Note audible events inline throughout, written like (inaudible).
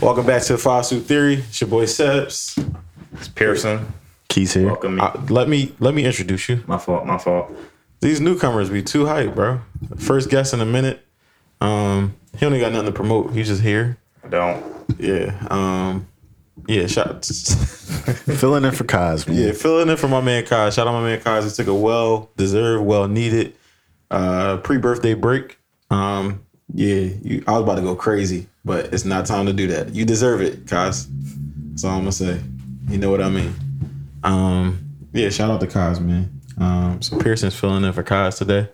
Welcome back to the Five Suit Theory. It's your boy Sebs. It's Pearson. Keys here. Welcome me. Uh, let me let me introduce you. my fault. My fault. These newcomers be too hype, bro. First guest in a minute. Um, he only got nothing to promote. He's just here. I don't. Yeah. Um, yeah. Shout. Filling in for Cosby. Yeah, filling in for my man Kai. Shout out my man Kai. He took a well deserved, well needed uh pre birthday break. Um, yeah, you, I was about to go crazy, but it's not time to do that. You deserve it, Kaz. That's all I'm gonna say. You know what I mean. Um, yeah, shout out to Kaz, man. Um, so Pearson's filling in for Kaz today.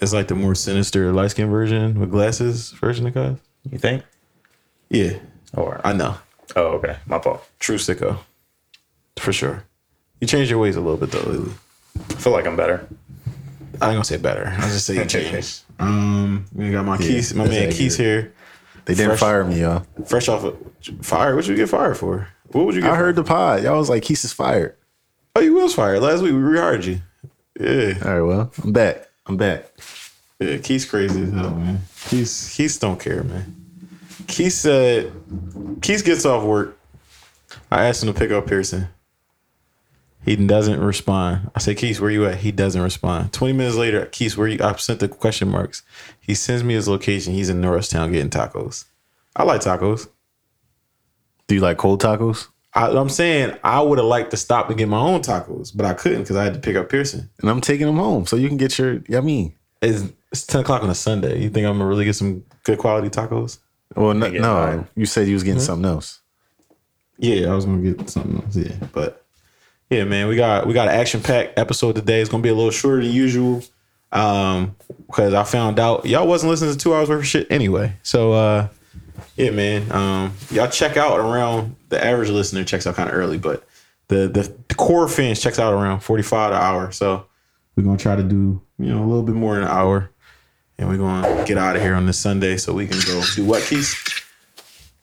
It's like the more sinister light skin version with glasses version of Kaz. You think? Yeah, Or I know. oh, okay. My fault. True sicko, for sure. You changed your ways a little bit though lately. I feel like I'm better. I ain't gonna say better. I just (laughs) say it changed. um, we got my keys, my that's man accurate. Keys here, They didn't Fresh- fire me, y'all. fresh off of fire. What you get fired for? What would you get? I heard the pod. Y'all was like, Keys is fired. Oh, you was fired last week. We rehired you. Yeah, All right, well, I'm back. I'm back. yeah. Keys crazy as hell, man. Keys, Keys don't care, man. Keys said, Keys gets off work. I asked him to pick up Pearson. He doesn't respond. I say, Keys, where you at? He doesn't respond. Twenty minutes later, Keys, where you? I sent the question marks. He sends me his location. He's in Norristown getting tacos. I like tacos. Do you like cold tacos? I, I'm saying I would have liked to stop and get my own tacos, but I couldn't because I had to pick up Pearson. And I'm taking them home so you can get your, I mean, It's, it's 10 o'clock on a Sunday. You think I'm gonna really get some good quality tacos? well, no, get no, fired. you said you was getting something else. Yeah, I was gonna get something else. Yeah, but yeah, man, we got we got an action packed episode today. It's gonna be a little shorter than usual, um, because I found out y'all wasn't listening to two hours worth of shit anyway. So uh, yeah, man, um, y'all check out around the average listener checks out kind of early, but the, the the core fans checks out around forty five an hour. So we're gonna try to do you know a little bit more in an hour, and we're gonna get out of here on this Sunday so we can go do what piece?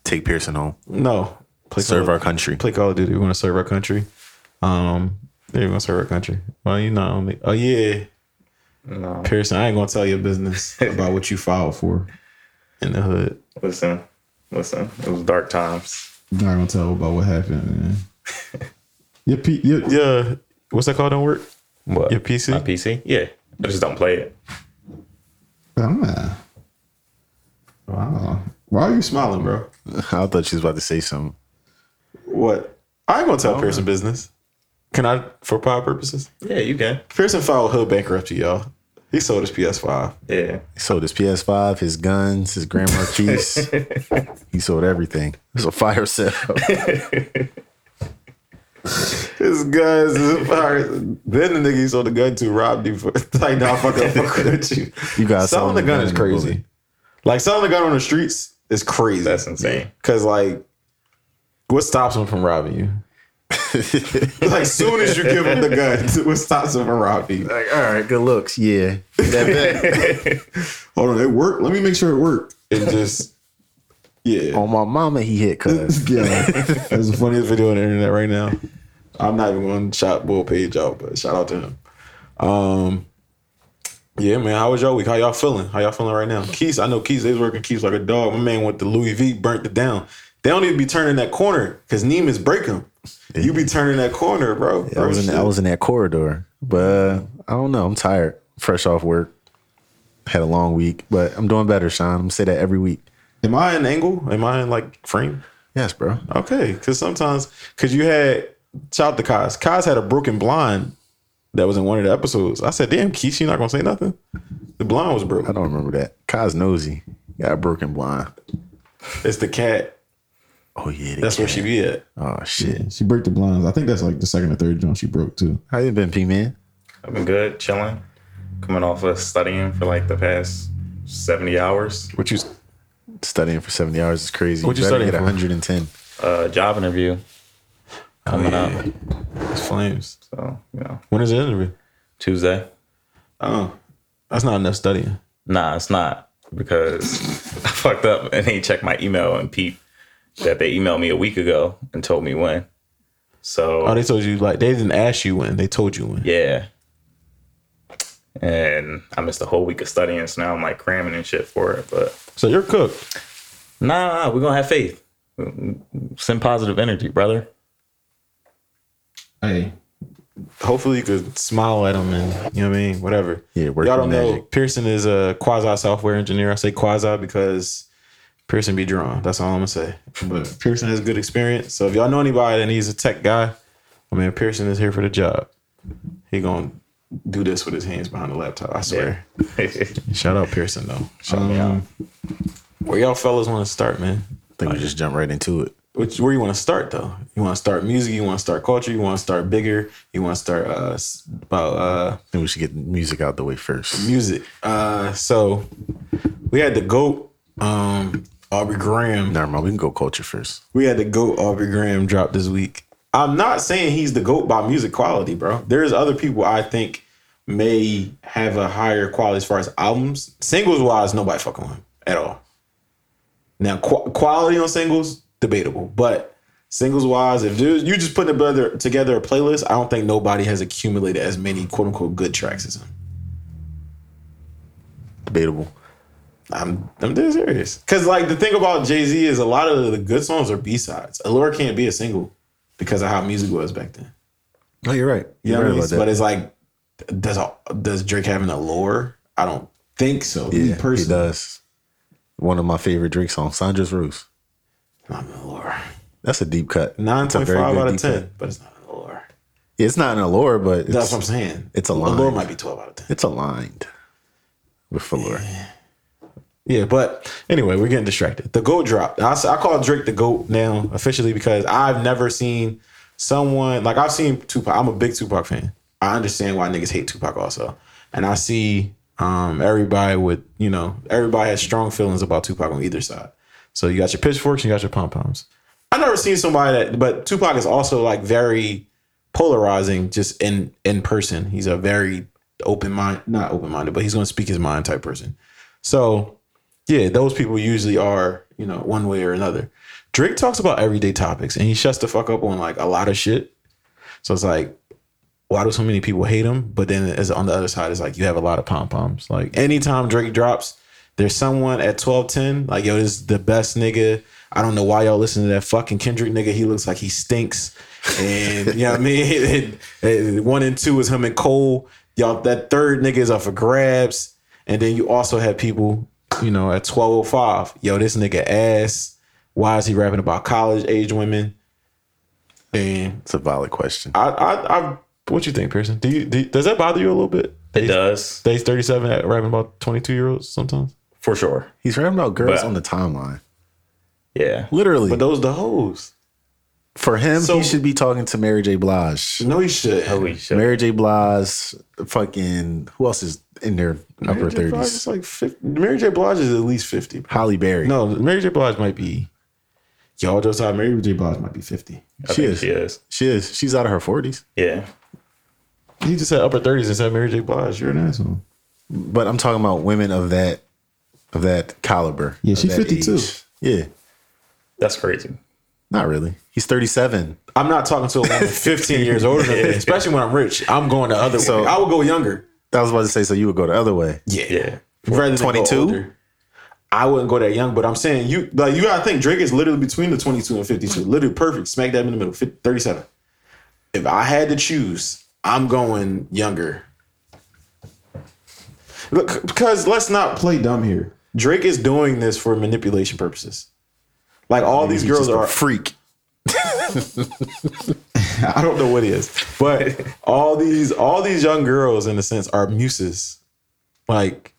Take Pearson home. No, play Serve our country. play Call of Duty. We want to serve our country. Um, yeah, we want to serve our country. Well, you not only. Oh yeah, No. Pearson. I ain't gonna tell your business about what you filed for in the hood. Listen. Listen. It was dark times. You're not gonna tell about what happened, man. (laughs) your P, your, your what's that called? Don't work. What? Your PC? My PC? Yeah. I just don't play it. Ah. Wow. Why are you smiling, bro? (laughs) I thought she was about to say something. What? I ain't gonna tell Pearson business. Can I, for power purposes? Yeah, you can. Pearson filed hood bankruptcy, y'all. He sold his PS5. Yeah. He sold his PS5, his guns, his Grand (laughs) Marquis. he sold everything. It was a fire sale. His guns is fire. Then the nigga he sold the gun to robbed you for (laughs) like nah fuck up fuck with you. You gotta sell selling the him gun the is gun and crazy. bullet. Like selling the gun on the streets is crazy. That's insane. Cause like what stops him from robbing you? (laughs) Like soon as you give him the gun, (laughs) what stops him from robbing you? (laughs) like, all right, good looks. Yeah. (laughs) That bet. Hold on, it worked. Let me make sure it worked. It just Yeah. On my mama, he hit cuz. Yeah, that's the funniest video on the internet right now. I'm not even going to shout Bull Page out, but shout out to him. Um, yeah, man. How was y'all week? How y'all feeling? How y'all feeling right now? Keys, I know Keys. They was working Keys like a dog. My man went to Louis V, burnt it down. They don't even be turning that corner because Neiman's break him. You be turning that corner, bro. I was in I Bro, was in that corridor, but uh, I don't know. I'm tired, fresh off work, had a long week, but I'm doing better, Sean. I'm gonna say that every week. shit. Am I in angle? Am I in like frame? Yes, bro. Okay, because sometimes because you had shout out to Kaz. Kaz had a broken blind that was in one of the episodes. I said, "Damn, Keith, you not gonna say nothing." The blind was I broken. don't remember that. Kai's nosy, got a broken blind. It's the cat. Oh yeah, That's where she be at. Oh shit. She broke the blinds. I think that's like the second or third joint she broke too. How you been, P man? I've been good, chilling. Coming off of studying for like the past 70 hours. What you? Studying for 70 hours is crazy. What you better studying get for? 110. Uh job interview coming up. It's flames. So, you know, When is the interview? Tuesday. Oh, that's not enough studying. Nah, it's not because (laughs) I fucked up and he checked my email and peep that they emailed me a week ago and told me when. So Oh, they told you like they didn't ask you when. They told you when. yeah, and I missed a whole week of studying, so now I'm like cramming and shit for it. But So you're cooked. Nah, nah, we're gonna have faith. Send positive energy, (laughs) brother. Hey. Hopefully you could smile at him and you know what I mean, whatever. Yeah, work Y'all don't the know magic. Pearson is a quasi software engineer. I say quasi because Pearson be drawn. That's all I'm gonna say. But Pearson has good experience. So if y'all know anybody that needs a tech guy, I mean Pearson is here for the job. He gonna do this with his hands behind the laptop. I swear. Shout out Pearson though. Shout Um, me out. Where y'all fellas want to start, man? I think we just jump right into it. Which where you want to start though? You want to start music? You want to start culture? You want to start bigger? You want to start uh s- about uh I think we should get music out the way first. music? Uh, so we had the goat um Aubrey Graham. Never mind, we can go culture first. We had the goat Aubrey Graham drop this week. I'm not saying he's the goat by music quality, bro. There's other people I think may have a higher quality as far as albums. Singles wise, nobody fucking with him at all. Now, qu- quality on singles debatable, but singles wise, if there's- you just put together together a playlist, I don't think nobody has accumulated as many quote unquote good tracks as him. Debatable. I'm I'm dead serious. Cause like the thing about Jay Z is a lot of the good songs are B sides. Allure can't be a single because of how music was back then. Oh, you're right. You You're know what I right mean? about But that. it's like, does does Drake have an allure? I don't think so. Yeah. Me Yeah, he personally, does. One of my favorite Drake songs, Sandra's Roost. not an allure. That's a deep cut. Nine It's a point very five good out of deep ten, cut. but it's not an allure. Yeah, It's not an allure, but That's it's, what I'm saying. it's a line. allure might be twelve out of ten. it's aligned with Allure. Yeah, but anyway, we're getting distracted. The goat drop. I, s- I call Drake the goat now officially because I've never seen someone like I've seen Tupac. I'm a big Tupac fan. I understand why niggas hate Tupac also, and I see um, everybody with you know everybody has strong feelings about Tupac on either side. So you got your pitchforks, you got your pom poms. I've never seen somebody that, but Tupac is also like very polarizing just in in person. He's a very open mind, not open minded, but he's going to speak his mind type person. So yeah, those people usually are, you know, one way or another. Drake talks about everyday topics and he shuts the fuck up on like a lot of shit. So it's like, why do so many people hate him? But then as on the other side, it's like you have a lot of pom poms. Like anytime Drake drops, there's someone at 1210, like, yo, this is the best nigga. I don't know why y'all listen to that fucking Kendrick nigga. He looks like he stinks. And you know what I mean? (laughs) And- and one and two is him and Cole. Y'all, that third nigga is up for grabs. And then you also have people, you know, at 1205, yo, this nigga ass. Why is he rapping about college age women? And It's a valid question. I, I, I, what you think, Pearson? Do you, do you- does that bother you a little bit? It does Days 37 at rapping about 22 year olds sometimes. for sure. He's rapping about girls But- on the timeline. Yeah, Literally, But those the hoes. for him, So- he should be talking to Mary J. Blige. No, he should. holy shit. Mary J. Blige, fucking who else is in their upper Mary J. Blige thirties? is like 50, Mary J. Blige is at least 50. Holly Berry. No, Mary J. Blige might be, y'all just thought Mary J. Blige might be 50. I she think is. she is. She is. She's out of her forties. Yeah, You just said upper 30s and said Mary J. Blige. You're You're an an asshole. But I'm talking about women of that of that caliber. Yeah, of she's that 52. age. Yeah. that's crazy. Not really. He's 37. I'm not talking to a (laughs) woman 15 years older than me, especially when I'm rich. I'm going the other So- way. I would go younger. I was about to say, so you would go the other way. Yeah. Yeah, Rather than 22? 22. I wouldn't go that young, but I'm saying you like you gotta think Drake is literally between the 22 and 52. Literally perfect. Smack dab in the middle. 50, 37. If I had to choose, I'm going younger. Look, because let's not play. Play dumb here. Drake is doing this for manipulation purposes. Like all these girls Just a are freak. I don't know what he is, but all these all these young girls, in a sense, are muses. Like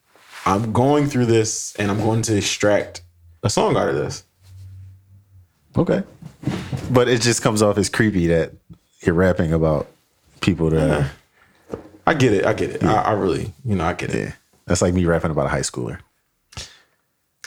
I'm going through this, and I'm going to extract a song out of this. Okay. But it just comes off as creepy that you're rapping about people that Uh-huh. are I get it. I get it. I, I really, you know, I get it. yeah. That's like me rapping about a (laughs) high schooler.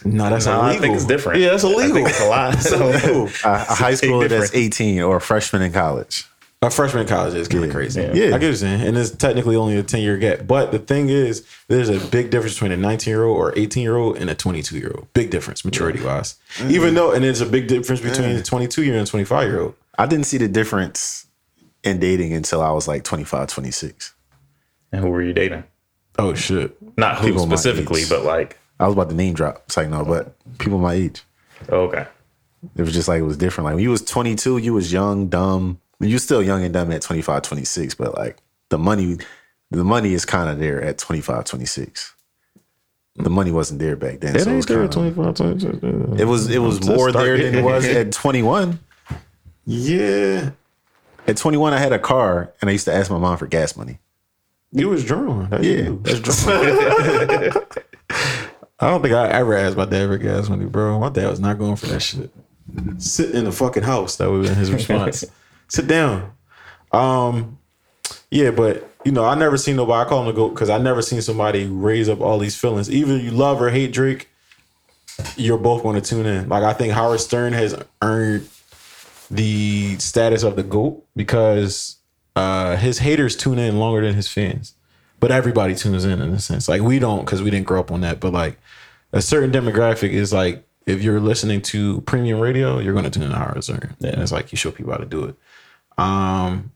No, that's Nah, illegal. I think it's different. Yeah, that's I (laughs) illegal. think it's a (laughs) lot. illegal. A, a high big schooler difference. that's 18 or a freshman in college. A freshman in college is kind of crazy. Yeah. I get what you're saying. And it's technically only a 10 year gap. But the thing is, there's a big difference between a 19 year old or 18 year old and a 22 year old. Big difference, maturity wise. Even though, and there's a big difference between a 22 year and 25 year old. I didn't see the difference in dating until I was like 25, 26. And who were you dating? Oh, shit. Not who People my specifically, age. but like I was about to name drop. It's like, no, but people my age. Okay. It was just like it was different. Like when you was 22, you was young, dumb. You still young and dumb at 25, 26, but like the money, the money is kind of there at 25, 26. The money wasn't there back then. It so it ain't was there at kind of 25, 26. it was it was Just more start there than it getting (laughs) was at 21. Yeah. At 21, I had a car and I used to ask my mom for gas money. You was drawn. That's Yeah. you. That's drawn. I don't think I ever asked my dad for gas money, bro. My dad was not going for that shit. Sit in the fucking house. That would have been his response. Sit down. Um, yeah, but you know, I never seen nobody. I call him the goat because I never seen somebody raise up all these feelings. Either you love or hate Drake, you're both going to tune in. Like I think Howard Stern has earned the status of the goat because uh, his haters tune in longer than his fans. But everybody tunes in in a sense. Like we don't because we didn't grow up on that. But like a certain demographic is like if you're listening to premium radio, you're going to tune in to Howard Stern. And it's like you show people how to do it. Um,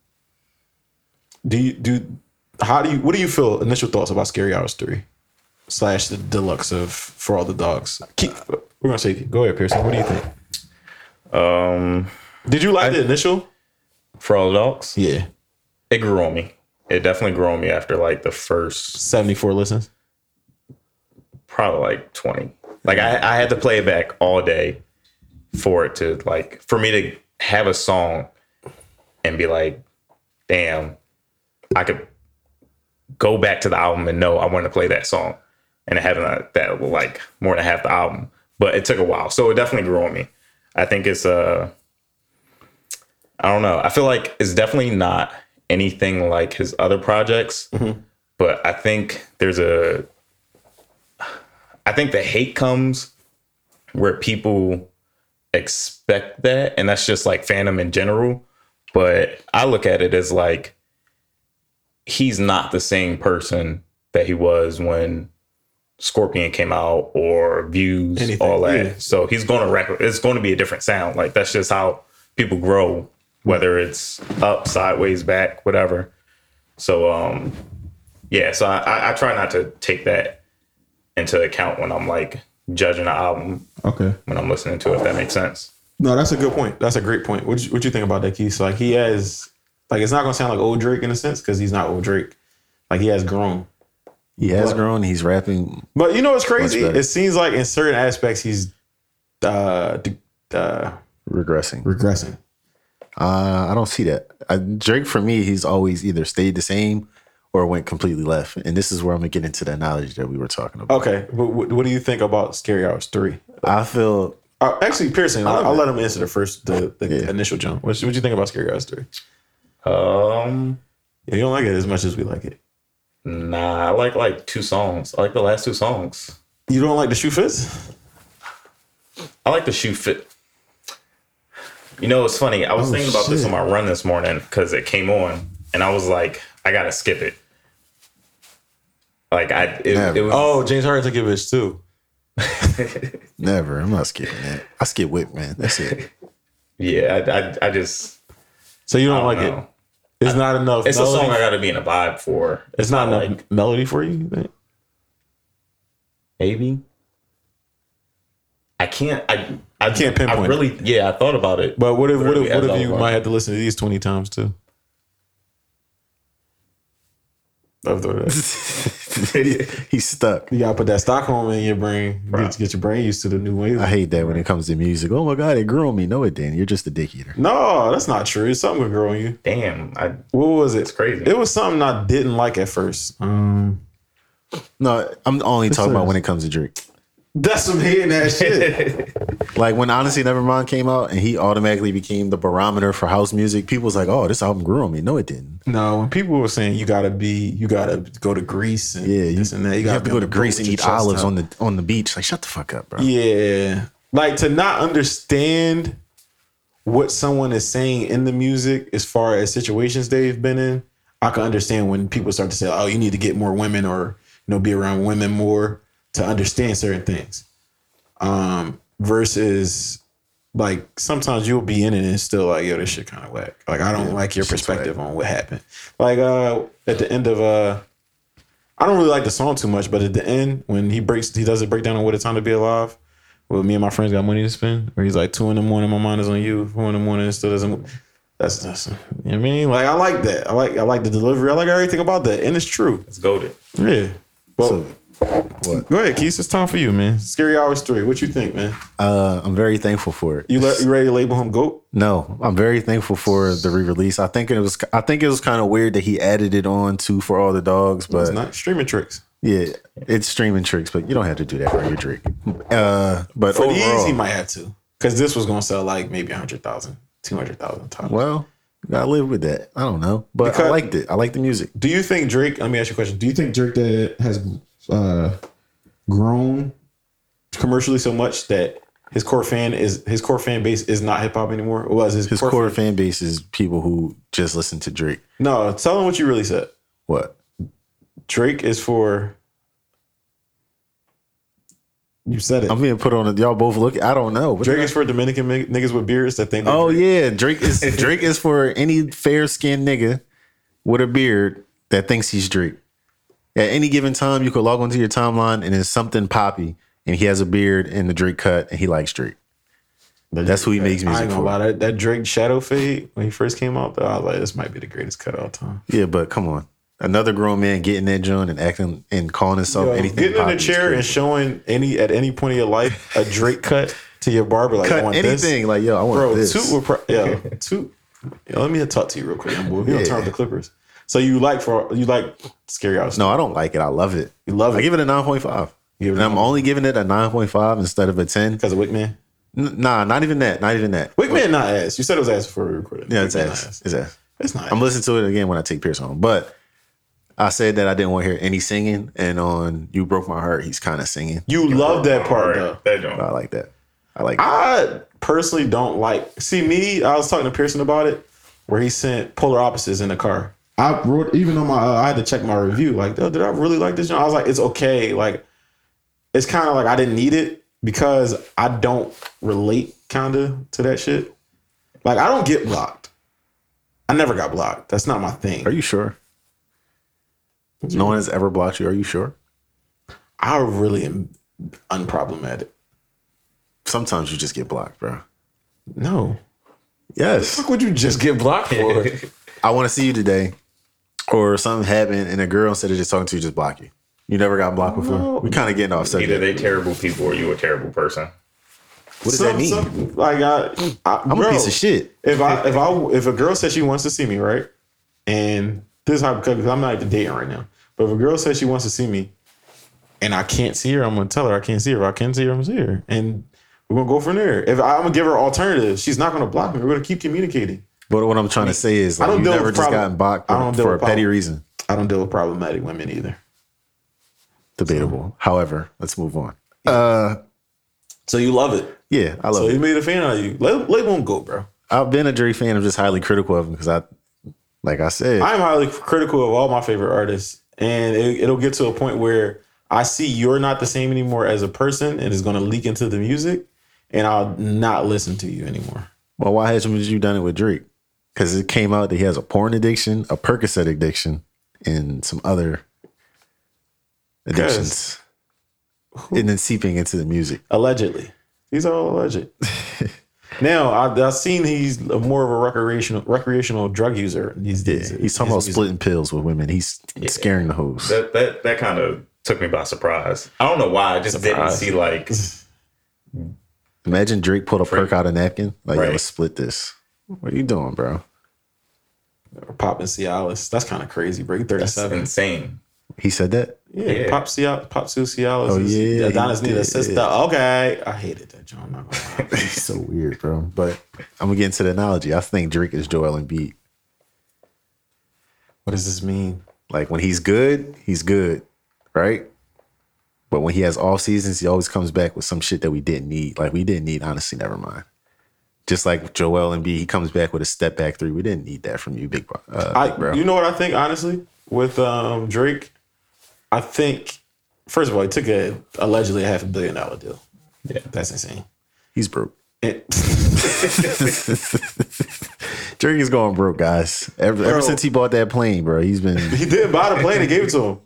do you do? How do you? What do you feel? Initial thoughts about Scary Hours three slash the deluxe of For All the Dogs. Keep, we're gonna say go ahead, Pearson. What do you think? Um, Did you like the initial? for all adults, Yeah, it grew on me. It definitely grew on me after like the first seventy four listens. probably like 20. Like I, I had to play it back all day for it to like for me to have a song and be like, damn, I could go back to the album and know I want to play that song and having a, that like more than half the album. But it took a while, so it definitely grew on me. I think it's uh, I don't know. I feel like it's definitely not anything like his other projects, but I think there's a I think the hate comes where people expect that, and that's just like fandom in general. But I look at it as like he's not the same person that he was when Scorpion came out or Views, Anything, all that. yeah. So he's going to record. It's going to be a different sound. Like that's just how people grow, whether it's up, sideways, back, whatever. So um, yeah. So I, I, I try not to take that into account when I'm like judging an album Okay. when I'm listening to it, if that makes sense. No, that's a good point. That's a great point. What you, what you think about that, Keith? So, Like he has, like it's not gonna sound like old Drake in a sense because he's not old Drake. Like he has grown. He has But- grown. He's rapping. But you know what's crazy? better. It seems like in certain aspects he's uh, d- uh Regressing. regressing. Uh, I don't see that. I, Drake, for me, he's always either stayed the same or went completely left. And this is where I'm going to get into the knowledge that we were talking about. Okay. But what, what do you think about Scary Hours three? I feel Uh, actually, Pearson, I'll, I'll let him answer the first, the, the Yeah. initial jump. What what you think about Scary Hours three? Um, Yeah, you don't like it as much as we like it. nah, I like like two songs. I like the last two songs. You don't like the shoe fits? I like the shoe fit. You know, it's funny. I was Oh, thinking about this shit. on my run this morning because it came on, and I was like, I gotta skip it. Like I, it, it Never. was. Oh, James Harden took a bitch too. never. I'm not skipping that. I skip Whip, man. That's it. (laughs) yeah. I, I, I just So you don't, I don't like know. it. It's not enough. It's melody. a song I gotta be in a vibe for. It's not enough like melody for you. you think? maybe. I can't. I I can't pinpoint I it. really, yeah. I thought about it, But what if what Literally, if what that's if you all I might have to listen to these twenty times too? I've thought of that. he's (laughs) stuck. You gotta put that Stockholm in your brain. Get, get your brain used to the new wave. I hate that when it comes to music. Oh my God, it grew on me. No, it didn't. You're just a dick eater. No, that's not true. Something would grow on you. damn, I What was it? It's crazy. It was something I didn't like at first. Um, No, I'm only talking about is- when it comes to Drake. that's some hating that (laughs) (laughs) shit. Like when Honestly Nevermind came out and he automatically became the barometer for house music, people was like, oh, this album grew on me. No, it didn't. No, when people were saying you gotta be, you gotta go to Greece and Yeah, you, this and that. You, you gotta have to be go on to the Greece boat and with eat your chest olives out. on the on the beach. Like, shut the fuck up, bro. Yeah, like to not understand what someone is saying in the music as far as situations they've been in. I can understand when people start to say, "Oh, you need to get more women or you know be around women more to understand certain things." Um, versus like sometimes you'll be in it and it's still like, "Yo, this shit kind of whack." Like I don't like your perspective on what happened. Like uh at the end of uh I don't really like the song too much, but at the end when he breaks, he does a breakdown on what it's time to be alive. Well, me and my friends got money to spend. Where he's like two in the morning, my mind is on you. Four in the morning, it still doesn't. move." That's that's. You know what I mean? Like I like that. I like I like the delivery. I like everything about that, and it's true. It's golden. Yeah. Well, So- go ahead, Keith. It's time for you, man. Scary Hours three. What you think, man? Uh, I'm very thankful for it. You (laughs) let you ready to label him goat? No, I'm very thankful for the re-release. I think it was I think it was kind of weird that he added it on to for all the dogs, It's but not streaming tricks. yeah, it's streaming tricks. But you don't have to do that for your drink. Uh, but For the overall, ease, he might have to, because this was gonna sell like maybe 100,000, 200,000 times. well, I live with that. I don't know, but I Because- liked it. I like the music. Do you think Drake? Let me ask you a question. Do you You think Drake that has uh, grown? commercially so much that his core fan is his core fan base is not hip hop anymore? Or was his, His core, fan base is people who just listen to Drake. No, tell him what you really said. What? Drake is for. You said it. I'm being put on it. Y'all both look. I don't know. What Drake is for Dominican mi- niggas with beards that think. Oh yeah, Drake is (laughs) Drake is for any fair skinned nigga with a beard that thinks he's Drake. At any given time, you could log onto your timeline and it's something poppy, and he has a beard and the Drake cut, and he likes Drake. That's who he makes I music ain't for. gonna lie, that, that Drake Shadow Fade when he first came out, though, I was like, this might be the greatest cut of all time. Yeah, but come on, another grown man getting that joint and acting and calling himself Yo, Oh, anything. getting in poppy the is chair and crazy. showing any at any point in your life a (laughs) Drake cut to your barber, like I cut want this. anything like yo, I want bro. this. Toot would pro- yeah. Toot. Yeah, let me talk to you real quick. I'm moving. Yeah. turn up the Clippers. So you like for you like scary hours? no, I don't like it. I love it. you love I it give it a nine point five. Give it And a I'm only giving it a nine point five instead of a ten. because of Wickman. N- Nah, not even that. Not even that. Wickman not ass. You said it was ass before we recorded. Yeah, it's Wickman not ass. It's ass. It's not. I'm ass. listening to it again when I take Pierce home. But I said that I didn't want to hear any singing, and on "You Broke My Heart," he's kind of singing. You love that part though. Right. That joint. I like that. I like. that. I personally don't like. See me. I was talking to Pearson about it, where he sent polar opposites in the car. I wrote even on my. Uh, I had to check my review. Like, "Yo, did I really like this? joint?" I was like, it's okay. Like, it's kind of like I didn't need it because I don't relate kind of to that shit. Like, I don't get blocked. I never got blocked. That's not my thing. Are you sure? No one has ever blocked you. Are you sure? I really am unproblematic. Sometimes you just get blocked, bro. No. Yes, Would you just get blocked (laughs) for? I want to see you today, or something happened, and a girl instead of just talking to you, just block you. You never got blocked before. We kind of getting off Either subject. they terrible people or you a terrible person. What does that Some- mean? some- like I, I I'm a piece of shit. If I if (laughs) I if a girl says she wants to see me, right? And this is how because I'm not even dating right now. But if a girl says she wants to see me and I can't see her, I'm gonna tell her I can't see her. If I can see her, I'm gonna see her. And we're gonna go from there. If I, I'm gonna give her alternatives, she's not gonna block me. We're gonna keep communicating. But what I'm trying to say is, I like, don't you deal never with just problem- gotten blocked I don't for, deal for a with petty problem. reason. I don't deal with problematic women either. Debatable. However, let's move on. Uh, So you love it. Yeah, I love So it. he made a fan out of you. Label won't go, bro. I've been a Drake fan. I'm just highly critical of him because I, like I said, I'm highly critical of all my favorite artists, and it, it'll get to a point where I see you're not the same anymore as a person, and it's going to leak into the music, and I'll not listen to you anymore. well, why haven't you done it with Drake? Because it came out that he has a porn addiction, a Percocet addiction, and some other addictions, and then seeping into the music. Allegedly, these are all (laughs) alleged. now I, I've seen he's a more of a recreational recreational drug user. These days, He's talking about splitting pills with women. He's scaring the hoes. That that that kind of took me by surprise. I don't know why. I just didn't Surprise. see like Imagine Drake pulled a perk out of napkin. Like, yo, Right. let's split this. What are you doing, bro? popping Cialis. That's kind of crazy, bro. You're that's 37. insane. He said that. Yeah, Yeah. Pop Cialis. Pop Sue Cialis. Oh, is- yeah, Adonis he need a did. sister. Okay, I hated that, John. I'm not gonna (laughs) lie. He's so weird, bro. But I'm gonna get into the analogy. I think Drake is Joel Embiid. what does this mean? Like when he's good, he's good, right? But when he has off seasons, he always comes back with some shit that we didn't need. Like we didn't need, honestly, never mind. Just like Joel Embiid, he comes back with a step back three. We didn't need that from you, big bro. Uh, I, big bro. you know what I think honestly with um, Drake, I think first of all he took a allegedly a half a billion dollar deal. Yeah. That's insane. he's broke. (laughs) And- (laughs) Drake is going broke, guys. Ever, ever Bro. since he bought that plane, bro, he's been (laughs) he did buy the plane and gave it to him.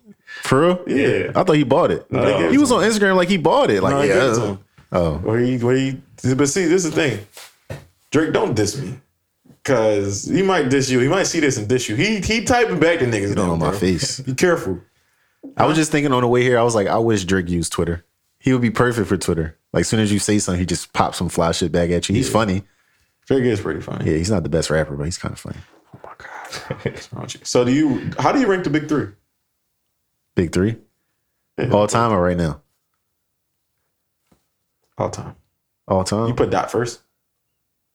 for real. Yeah. I thought he bought it. No, they gave it he was on Instagram like he bought it. Like No, he gave it to yeah, him. Oh. Where he, where he, but see, this is the thing. Drake, don't diss me. Cause he might diss you. He might see this and diss you. He he typing back to niggas. Don't now, on my bro. face. Be careful. I was just thinking on the way here, I was like, I wish Drake used Twitter. He would be perfect for Twitter. Like, soon as you say something, he just pops some fly shit back at you. He's funny. Drake is pretty funny. Yeah, he's not the best rapper, but he's kind of funny. Oh my God. (laughs) What's wrong with you? So do you how do you rank the big three? Big three. All time or right now? All time. All You time? put Dot first.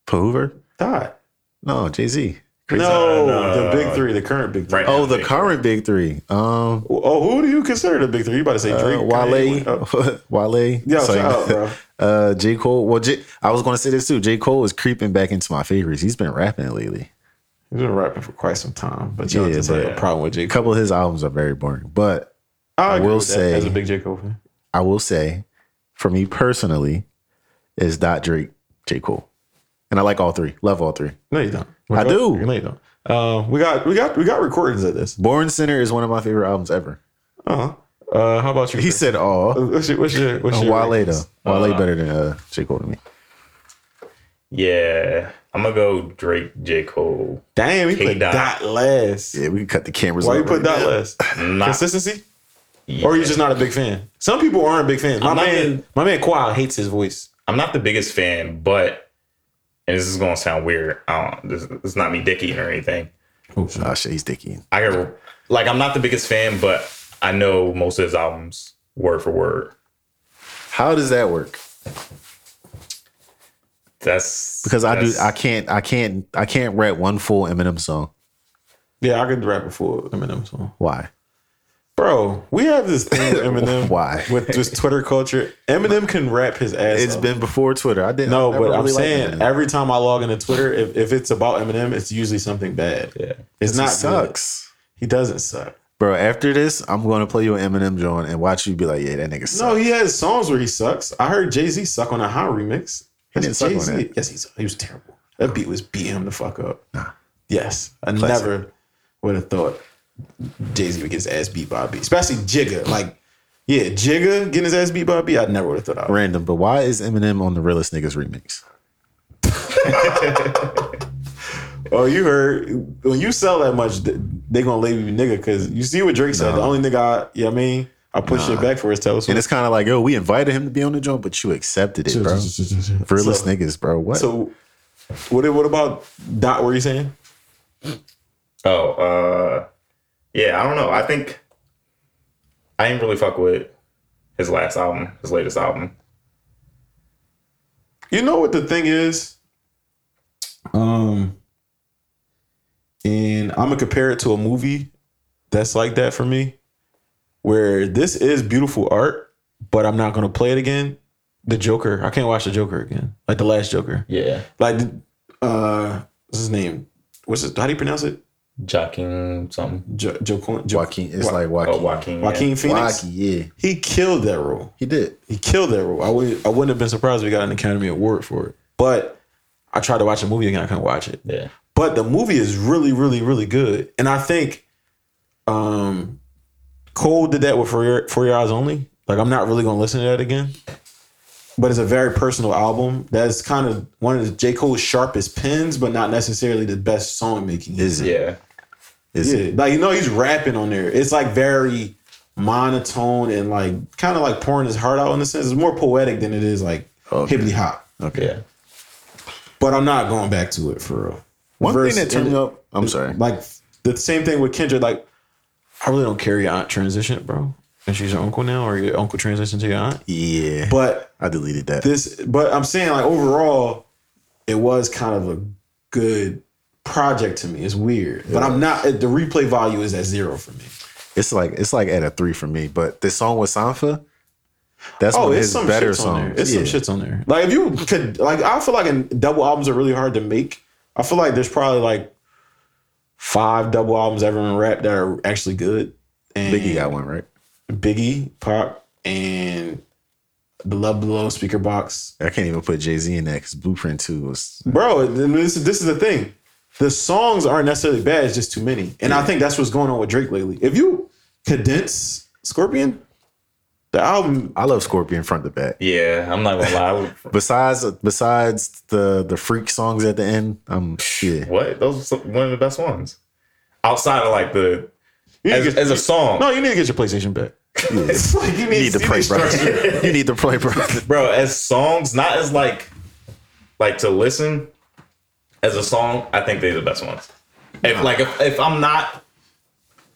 Put Hoover? Dot. No, Jay Z. Uh, No, no, the no, big no. three, the current big three. Right. Oh, now, the big current big three. Um, Oh, who do you consider the big three? You about to say uh, Drake, Kanye, Wale. oh. (laughs) Wale. Yo, Sorry. shout out, (laughs) bro. (laughs) Uh, J. Cole. Well, J- I was going to say this too. J. Cole is creeping back into my favorites. He's been rapping lately. He's been rapping for quite some time, but you Yeah, don't just have but- a problem with J. A Cole. couple of his albums are very boring, but I agree will with that say- as a big J. Cole fan. I will say, for me personally, is Dot Drake, J. Cole. And I like all three. Love all three. No, you don't. I do. No, you don't. Uh, we got we got we got recordings of this. Born Center is one of my favorite albums ever. Uh-huh. Uh how about you? He Chris? said all. what's your what's your, what's Uh, your Wale rankings? though. Wale better than uh, J. Cole to me. Yeah, I'm gonna go Drake, J. Cole. Damn, he King put Dot. dot last. Yeah, we can cut the cameras Why off you put right dot now. last? Not, Consistency? yeah. Or you just not a big fan? Some people aren't big fans. My I'm not man, the- my man Kwai hates his voice. I'm not the biggest fan, but and this is gonna sound weird. I don't, this, this is not me dicky or anything. Oh shit, he's dicky. I can like I'm not the biggest fan, but I know most of his albums word for word. How does that work? That's Because I do that's- I can't I can't I can't rap one full Eminem song. Yeah, I could rap before Eminem song. Why? Bro, we have this thing with Eminem. (laughs) Why? With this Twitter culture. Eminem can rap his ass. It's off. been before Twitter. I didn't No, I never but I'm really liked saying Eminem. every time I log into Twitter, if, if it's about Eminem, it's usually something bad. Yeah. It's He not sucks. sucks. He doesn't suck. Bro, after this, I'm going to play you an Eminem joint and watch you be like, yeah, that nigga sucks. No, he has songs where he sucks. I heard Jay Z suck on a high remix. He didn't suck on Jay-Z. that. Yes, he sucked. He was terrible. That beat was beating him the fuck up. Yes, I never would have thought Jay Z would get his ass beat by a beat, especially Jigga. Like, yeah, Jigga getting his ass beat by a beat. I never would have thought. I would. Random, but why is Eminem on the Realest Niggas remix? Oh, you heard when you sell that much, th- they gonna label you nigga because you see what Drake said. The only nigga, I, you know what I mean, I push it back for his Taylor And Swift. it's kind of like, yo, we invited him to be on the joint, but you accepted it, bro. Realest Niggas, bro. What? So, what what about Dot? What are you saying? Oh, uh yeah, I don't know. I think I ain't really fuck with his last album, his latest album. You know what the thing is. Um, and I'm gonna compare it to a movie that's like that for me, where this is beautiful art, but I'm not gonna play it again. The Joker, I can't watch the Joker again, like the last Joker, Yeah. like uh, what's his name? What's his, how do you pronounce it? Jocking something. Jo- Joaquin, jo- Joaquin, it's Wa- like Oh, Joaquin. Joaquin. Joaquin Phoenix. Joaquin, yeah. He killed that role. He did. He killed that role. I would I wouldn't have been surprised if he got an Academy Award for it. But I tried to watch the movie again. I couldn't watch it. Yeah. yeah. but the movie is really really really good and i think um cole did that with for your, for your eyes only like i'm not really gonna listen to that again but it's a very personal album that's kind of one of j cole's sharpest pens but not necessarily the best song making Is it? Yeah. Is it? yeah like you know he's rapping on there it's like very monotone and like kind of like pouring his heart out in a sense it's more poetic than it is like Okay. hippity hop Okay. but i'm not going back to it for real One Verse- thing that turned me up, I'm sorry. like the same thing with Kendra. Like, I really don't care your aunt transition, bro. And she's your uncle now, or your uncle transitioned to your aunt. Yeah. But But I deleted that. this, but I'm saying like overall, it was kind of a good project to me. It's weird, but I'm not. The replay value is at zero for me. it's like it's like at a three for me. But this song with Sanfa, that's one oh, of it's his some better shits on songs. there. It's Yeah. some shits on there. Like if you could, like I feel like in, double albums are really hard to make. I feel like there's probably like five double albums ever in rap that are actually good. And Biggie got one, right? Biggie, Pop, and the Love Below speaker box. I can't even put Jay Z in that because Blueprint 2 was Bro, this is this is the thing. The songs aren't necessarily bad, it's just too many. And I think that's what's going on with Drake lately. If you condense Scorpion, The album, I love Scorpion front to back. Yeah, I'm not gonna lie. I would- (laughs) Besides besides the the freak songs at the end, um yeah. what? Those are some- one of the best ones. Outside of like the you need as, to get- as a song, no, you need to get your PlayStation back. (laughs) it's like you need, You need to play, (laughs) bro. you need to play, bro. bro. As songs, not as like like to listen. As a song, I think they're the best ones. If like if, if I'm not,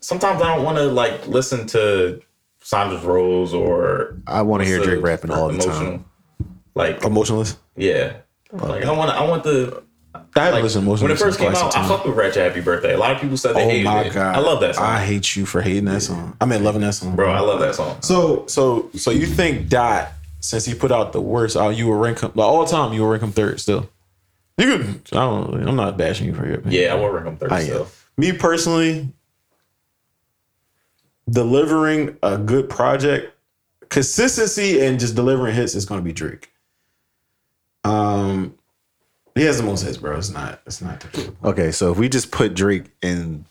sometimes I don't want to like listen to Sandra's Rose or I want to hear so Drake rapping all the emotional. time. Oh. Like Emotionless. yeah, like I want to I want the I haven't like listened to Emotionless when it first in came quite Oh. some out. I time. fucked with Ratchet Happy Birthday. A lot of people said they Oh hated my it. god, I love that song, I hate you for hating that song. I mean, loving that song, bro. I love that song. So, so, so you think Dot, since he put out the worst, uh, you would rank him like, all time. You would rank him third still. You could. I don't. I'm not bashing you for your opinion. Yeah, I will rank them third. I am. still. Me personally, delivering a good project, consistency, and just delivering hits is going to be Drake. Um, he has the most hits, bro. It's not. It's not. debatable. Okay, so if we just put Drake in,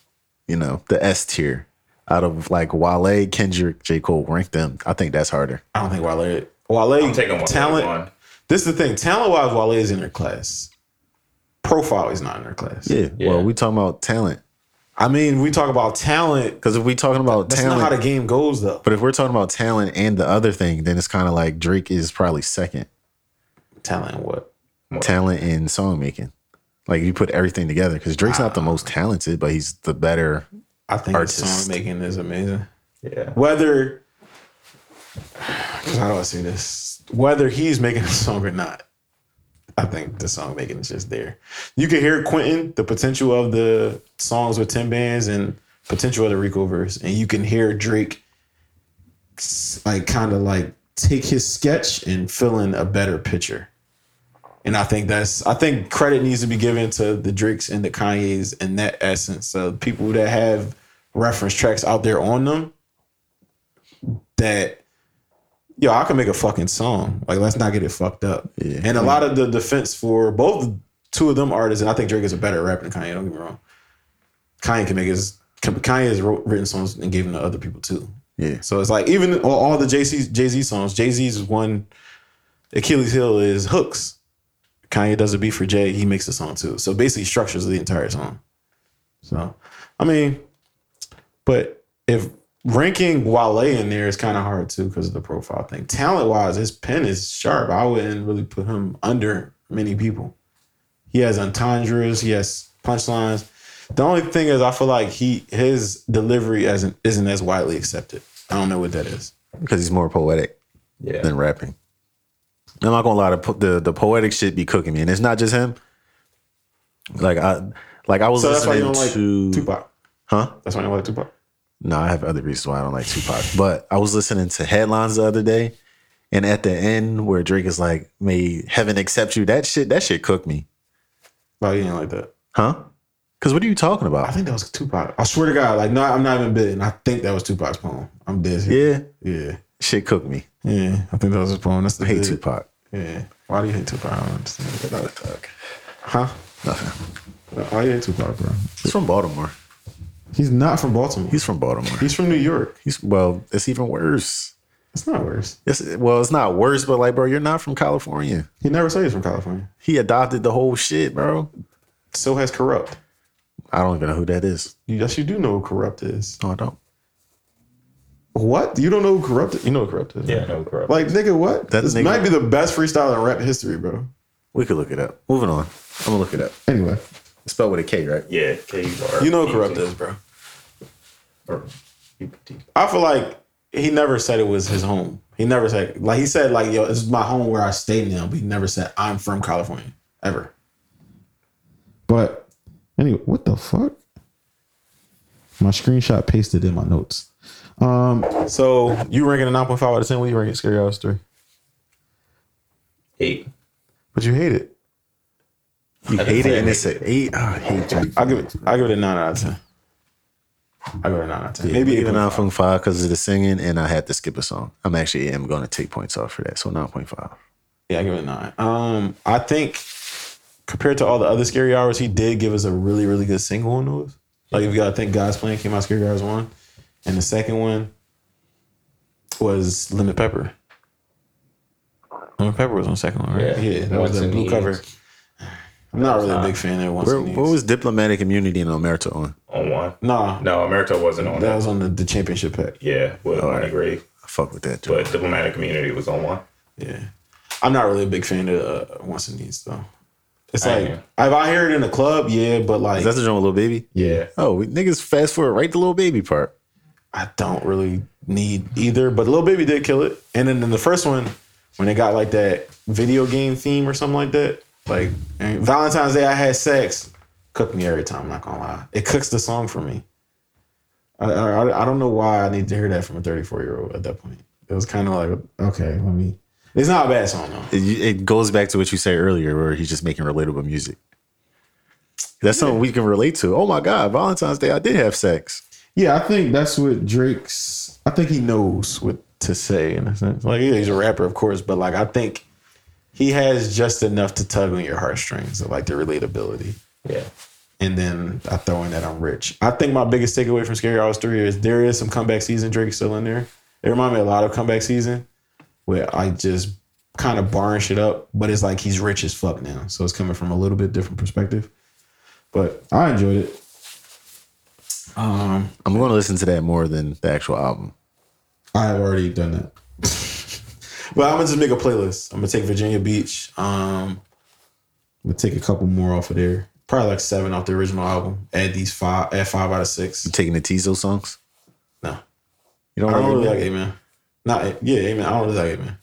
you know, the S tier out of like Wale, Kendrick, J. Cole, rank them. I think that's harder. I don't think Wale. Wale I'm taking one. talent. One. This is the thing. Talent wise, Wale is in their class. Profile is not in their class. Yeah. Yeah. Well, we talking about talent. I mean, we talk about talent. Because if we talking about That's talent, not how the game goes, though. but if we're talking about talent and the other thing, then it's kind of like Drake is probably second. Talent, and what? Talent in song making. Like you put everything together because Drake's not Ah. the most talented, but he's the better. I think his Artist. song making is amazing. Yeah. Whether, (sighs) how do I say this? Whether he's making a song or not, I think the song making is just there. You can hear Quentin, the potential of the songs with 10 bands and potential of the Rico verse. And you can hear Drake, s- like, kind of like take his sketch and fill in a better picture. And I think that's I think credit needs to be given to the Drakes and the Kanyes in that essence of people that have reference tracks out there on them that yo, I can make a fucking song. Like let's not get it fucked up. Yeah. And uh, a lot of the defense for both two of them artists, and I think Drake is a better rapper than Kanye, don't get me wrong. Kanye can make his Kanye has wrote, written songs and gave them to other people too. Yeah. So it's like even all, all the Jay Z Jay Z songs. Jay Z's one Achilles heel is hooks. Kanye does a beat for Jay. He makes the song too. So basically structures the entire song. So I mean, but if ranking Wale in there is kind of hard too because of the profile thing. Talent wise, his pen is sharp. I wouldn't really put him under many people. He has entendres. He has punchlines. The only thing is, I feel like he his delivery isn't isn't as widely accepted. I don't know what that is. because he's more poetic Yeah. than rapping. I'm not gonna lie, the po- the, the poetic shit be cooking me, and it's not just him. Like I, like I was So that's why you listening don't like to Tupac, huh? That's why you don't like Tupac. No, I have other reasons why I don't like Tupac. But I was listening to headlines the other day, and at the end where Drake is like, "May heaven accept you," that shit, that shit cooked me, Why you didn't like that? huh? Because what are you talking I about? think that was Tupac. I swear to God, like no, I'm not even bidding. I think that was Tupac's poem. I'm dead. Here. Yeah, Yeah, shit cooked me. yeah, I think that was his poem. That's the I hate bid. Tupac. Yeah. Why do you hate Tupac? I don't understand. Tupac. Huh? Nothing. Why do you hate Tupac, bro? He's from Baltimore. He's not from Baltimore. He's from Baltimore. He's from New York. He's well, it's even worse. It's not worse. It's, well, it's not worse, but like, bro, you're not from California. He never said he's from California. He adopted the whole shit, bro. So has corrupt. I don't even know who that is. You, yes, you do know who corrupt is. No, I don't. What? You don't know who corrupt is? You know who corrupt is? Yeah. No corrupt. Like nigga, what? That this nigga- might be the best freestyle in rap history, bro. We could look it up. Moving on. I'm gonna look it up. Anyway, It's spelled with a K, right? yeah. K-U-R- you know who corrupt is, bro. Or U-P-T. I feel like he never said it was his home. He never said like he said like yo, this is my home where I stay now. But he never said I'm from California ever. But anyway, what the fuck? My screenshot pasted in my notes. Um, So you ranking a nine point five out of ten? What you ranking Scary Hours three? Eight. But you hate it. You I hate didn't it, and say it's an eight. Oh, I hate Drake. I give it. I give it a nine out of ten. I give it a nine out of ten. Maybe Maybe even even nine point five because of the singing, and I had to skip a song. I'm actually am going to take points off for that, so nine point five. Yeah, I give it a nine. Um, I think compared to all the other scary hours, he did give us a really, really good single on those. Like if you gotta think God's plan came out scary hours one, and the second one, was Lemon Pepper. Lemon Pepper was on the second one, right? Yeah. Yeah, that Once was the in blue the cover. East. I'm not really a Nah. big fan of once. Where, in the what East. was diplomatic immunity and Omerta on? on one. Nah, No, Emerito wasn't on that that. was on the, the championship pack. Yeah, with Money Grave, I fuck with that. Too. but Diplomatic Community was on one. Yeah, I'm not really a big fan of uh, once in the East though. It's I like am. if I hear it in the club, yeah, but like That's the joint with Lil Baby. yeah, Oh, we, niggas fast forward right to Lil Baby part. I don't really need either. But Lil Baby did kill it. And then in the first one, when they got like that video game theme or something like that, like and Valentine's Day, I had sex. Cooked me every time. I'm not gonna lie, it cooks the song for me. I, I I don't know why I need to hear that from a 34 year old at that point. It was kind of like okay, let me. It's not a bad song though. It, it goes back to what you said earlier, where he's just making relatable music. That's something we can relate to. Oh my God, Valentine's Day, I did have sex. Yeah, I think that's what Drake's. I think he knows what to say in a sense. Like, yeah, he's a rapper, of course, but like, I think he has just enough to tug on your heartstrings of like the relatability. Yeah, And then I throw in that I'm rich. I think my biggest takeaway from Scary Hours 3 is there is some comeback season. Drake's still in there. It reminded me a lot of comeback season where I just kind of barring shit up, but it's like he's rich as fuck now. So it's coming from a little bit different perspective. But I enjoyed it. Um, I'm going to listen to that more than the actual album. I have already done that. (laughs) but I'm gonna just make a playlist. I'm gonna take Virginia Beach. Um, I'm gonna take a couple more off of there. Probably like seven off the original album. Add these five. Add five out of six. You taking the Tizo songs? No, You don't, I don't like really it? like Eight Man. Not yeah, Eight Man. I don't really like Eight Man.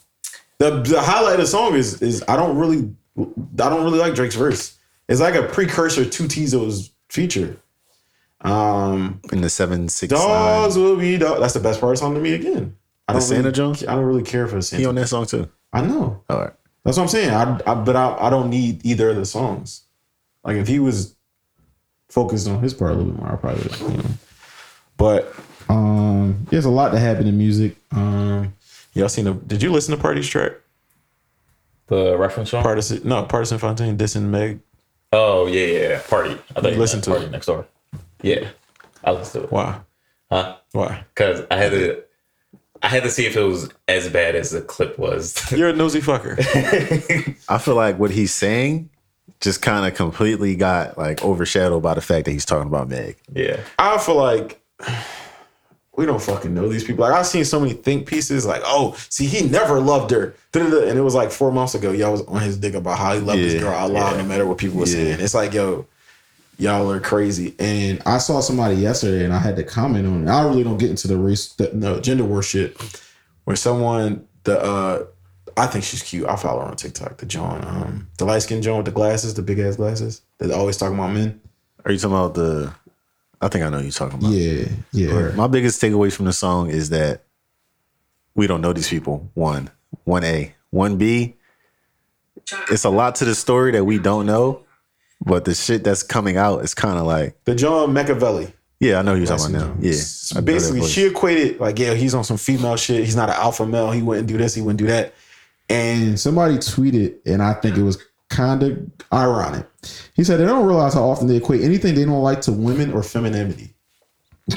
The the highlight of the song is is I don't really I don't really like Drake's verse. It's like a precursor to Tizo's feature. Um, in the seven six. dogs Nine. will be dogs. That's the best part of the song to me again. I The don't Santa really, Jones? I don't really care for the Santa. He on that song too. I know. All right. That's what I'm saying. I, I but I, I don't need either of the songs. Like if he was focused on his part a little bit more, I probably would. You know. But Um, there's a lot that happened in music. Um, y'all seen the? Did you listen to Party's track? the reference song. Partisan no Partisan Fontaine dissing Meg. Oh yeah, yeah, yeah. party. I thought you Listen listened to to party it. next door. Yeah, I listened to it Why? Huh? Why? because I had to. I had to see if it was as bad as the clip was. (laughs) You're a nosy fucker. I feel like what he's saying just kind of completely got like overshadowed by the fact that he's talking about Meg. yeah, I feel like we don't fucking know these people. Like I've seen so many think pieces, like, oh, see, he never loved her. Da-da-da. And it was like four months ago, y'all was on his dick about how he loved this Yeah, girl out loud, no matter what people were saying. It's like, yo, y'all are crazy. And and I saw somebody yesterday, and I had to comment on it. I really don't get into the race, the, no gender war shit, where someone the uh I think she's cute. I follow her on TikTok. The John, um, the light skinned John with the glasses, the big ass glasses. That always talking about men. Are you talking about the? I think I know who you're talking about. yeah, yeah. My biggest takeaway from the song is that we don't know these people. One, one A, one B. It's a lot to the story that we don't know, but the shit that's coming out is kind of like, The John Machiavelli. yeah, I know who you're talking about now. Yeah, S- I know that Basically, voice. she equated like, yeah, he's on some female shit. He's not an alpha male. He wouldn't do this. He wouldn't do that. And And somebody tweeted, and I think it was kind of ironic. He said they don't realize how often they equate anything they don't like to women or femininity.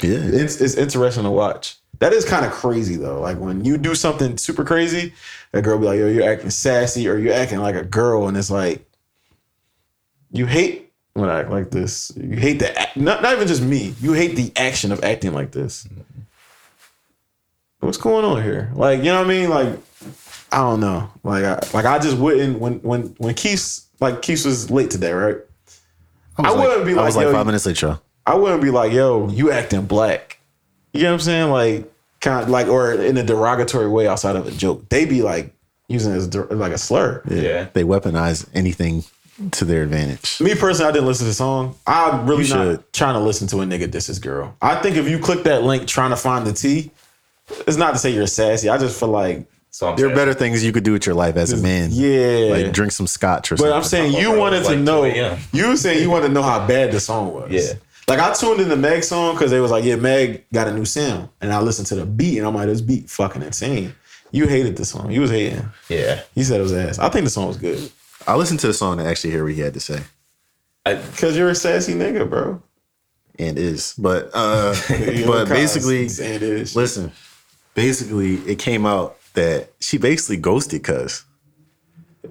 yeah, (laughs) it's, it's interesting to watch. That is kind of crazy though. Like when you do something super crazy, that girl be like, "Yo, you're acting sassy, or you're acting like a girl," and it's like, you hate when I act like this. You hate the act, not not even just me. You hate the action of acting like this. What's going on here? Like you know what I mean? Like I don't know. Like I, like I just wouldn't when when when Keith like Keith was late today, right? I, was wouldn't be like, I was like "Yo, five minutes late, y'all. I wouldn't be like, yo, you acting black. You know what I'm saying? Like, kind of like, or in a derogatory way outside of a joke. They be like using it as der- like a slur. yeah. They weaponize anything to their advantage. Me personally, I didn't listen to the song. I'm really You not should. trying to listen to a nigga diss his girl. I think if you click that link trying to find the T, it's not to say you're sassy. I just feel like, So I'm There are sad. better things you could do with your life as a man. yeah. Like drink some scotch or But something. I'm saying you Bro, wanted it's to like know. 2 a.m.. You were saying you wanted to know how bad the song was. Yeah. Like I tuned in the Meg song because they was like, yeah, Meg got a new sound, and I listened to the beat, and I'm like, this beat fucking insane. You hated the song. You was hating. Yeah, You said it was ass. I think the song was good I listened to the song to actually hear what he had to say. I, because you're a sassy nigga, bro. (laughs) And is. But uh but basically and it is. listen, basically it came out that she basically ghosted Cuz.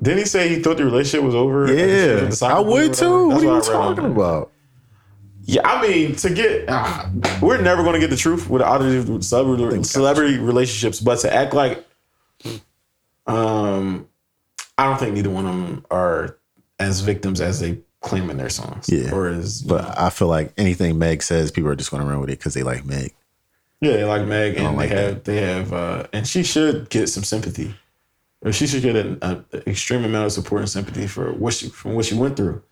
Didn't he say he thought the relationship was over? and she was Yeah, at the soccer I pool or would whatever? too. That's What are you what I read on talking that. about? Yeah, I mean, to get, ah, we're never going to get the truth with other celebrity, celebrity relationships, but to act like, um, I don't think neither one of them are as victims as they claim in their songs. Yeah. Or as, But I feel like anything Meg says, people are just going to run with it because they like Meg. yeah, they like Meg and like they have, they have, uh, and she should get some sympathy. Or she should get an, an extreme amount of support and sympathy for what she, from what she went through.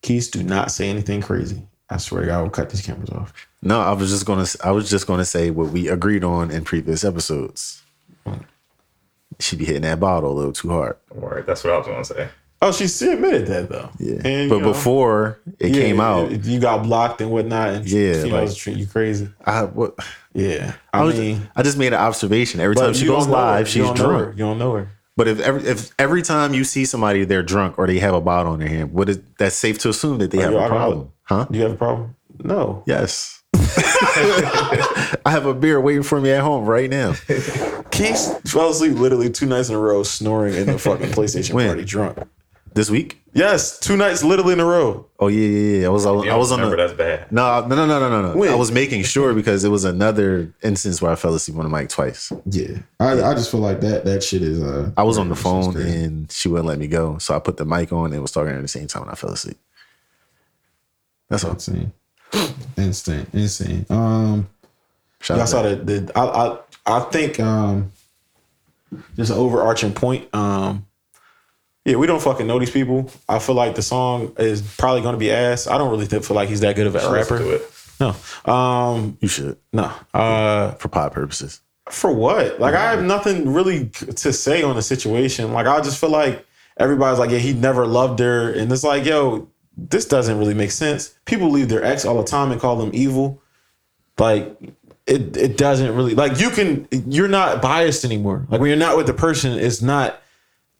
Keys, do not say anything crazy. I swear to God, I will cut these cameras off. No, I was just gonna. I was just gonna say what we agreed on in previous episodes. She be hitting that bottle a little too hard. Or that's what I was gonna say. Oh, she, she admitted that though. Yeah, And, but you know, before it yeah, came out, it- you got blocked and whatnot. And Yeah, females like- treat you crazy. I what, Yeah, I, I, was, mean, I just made an observation. Every time but she you goes don't know her. You live, she's don't know her. drunk. You don't know her. But if every if every time you see somebody they're drunk or they have a bottle in their hand, what is that's safe to assume that they have you a alcoholic? problem, huh? Do you have a problem? No. Yes. (laughs) I have a beer waiting for me at home right now. Keith fell asleep literally two nights in a row snoring in the (laughs) fucking PlayStation When? party, drunk. This week? Yes, two nights literally in a row. Oh yeah, yeah, yeah. I was I, You I was on remember the that's bad. No, no, no, no, no, no, no. When? I was making sure because it was another instance where I fell asleep on the mic twice. Yeah, I, I just feel like that that shit is. Uh, I was on the it's phone crazy. and she wouldn't let me go, so I put the mic on and was talking at the same time and I fell asleep. That's all. insane, (gasps) insane, insane. Um, Shout Yeah, I out saw to- that. The, I, I I think um, just an overarching point. Um, yeah, we don't fucking know these people. I feel like the song is probably going to be ass. I don't really think, feel like he's that good of a Listen to rapper. it. No, um, You should no. Uh, for pod purposes. for what? Like, I have nothing really to say on the situation. Like, I just feel like everybody's like, yeah, he never loved her, and it's like, yo, this doesn't really make sense. People leave their ex all the time and call them evil. Like, it it doesn't really like you can you're not biased anymore. Like when you're not with the person, it's not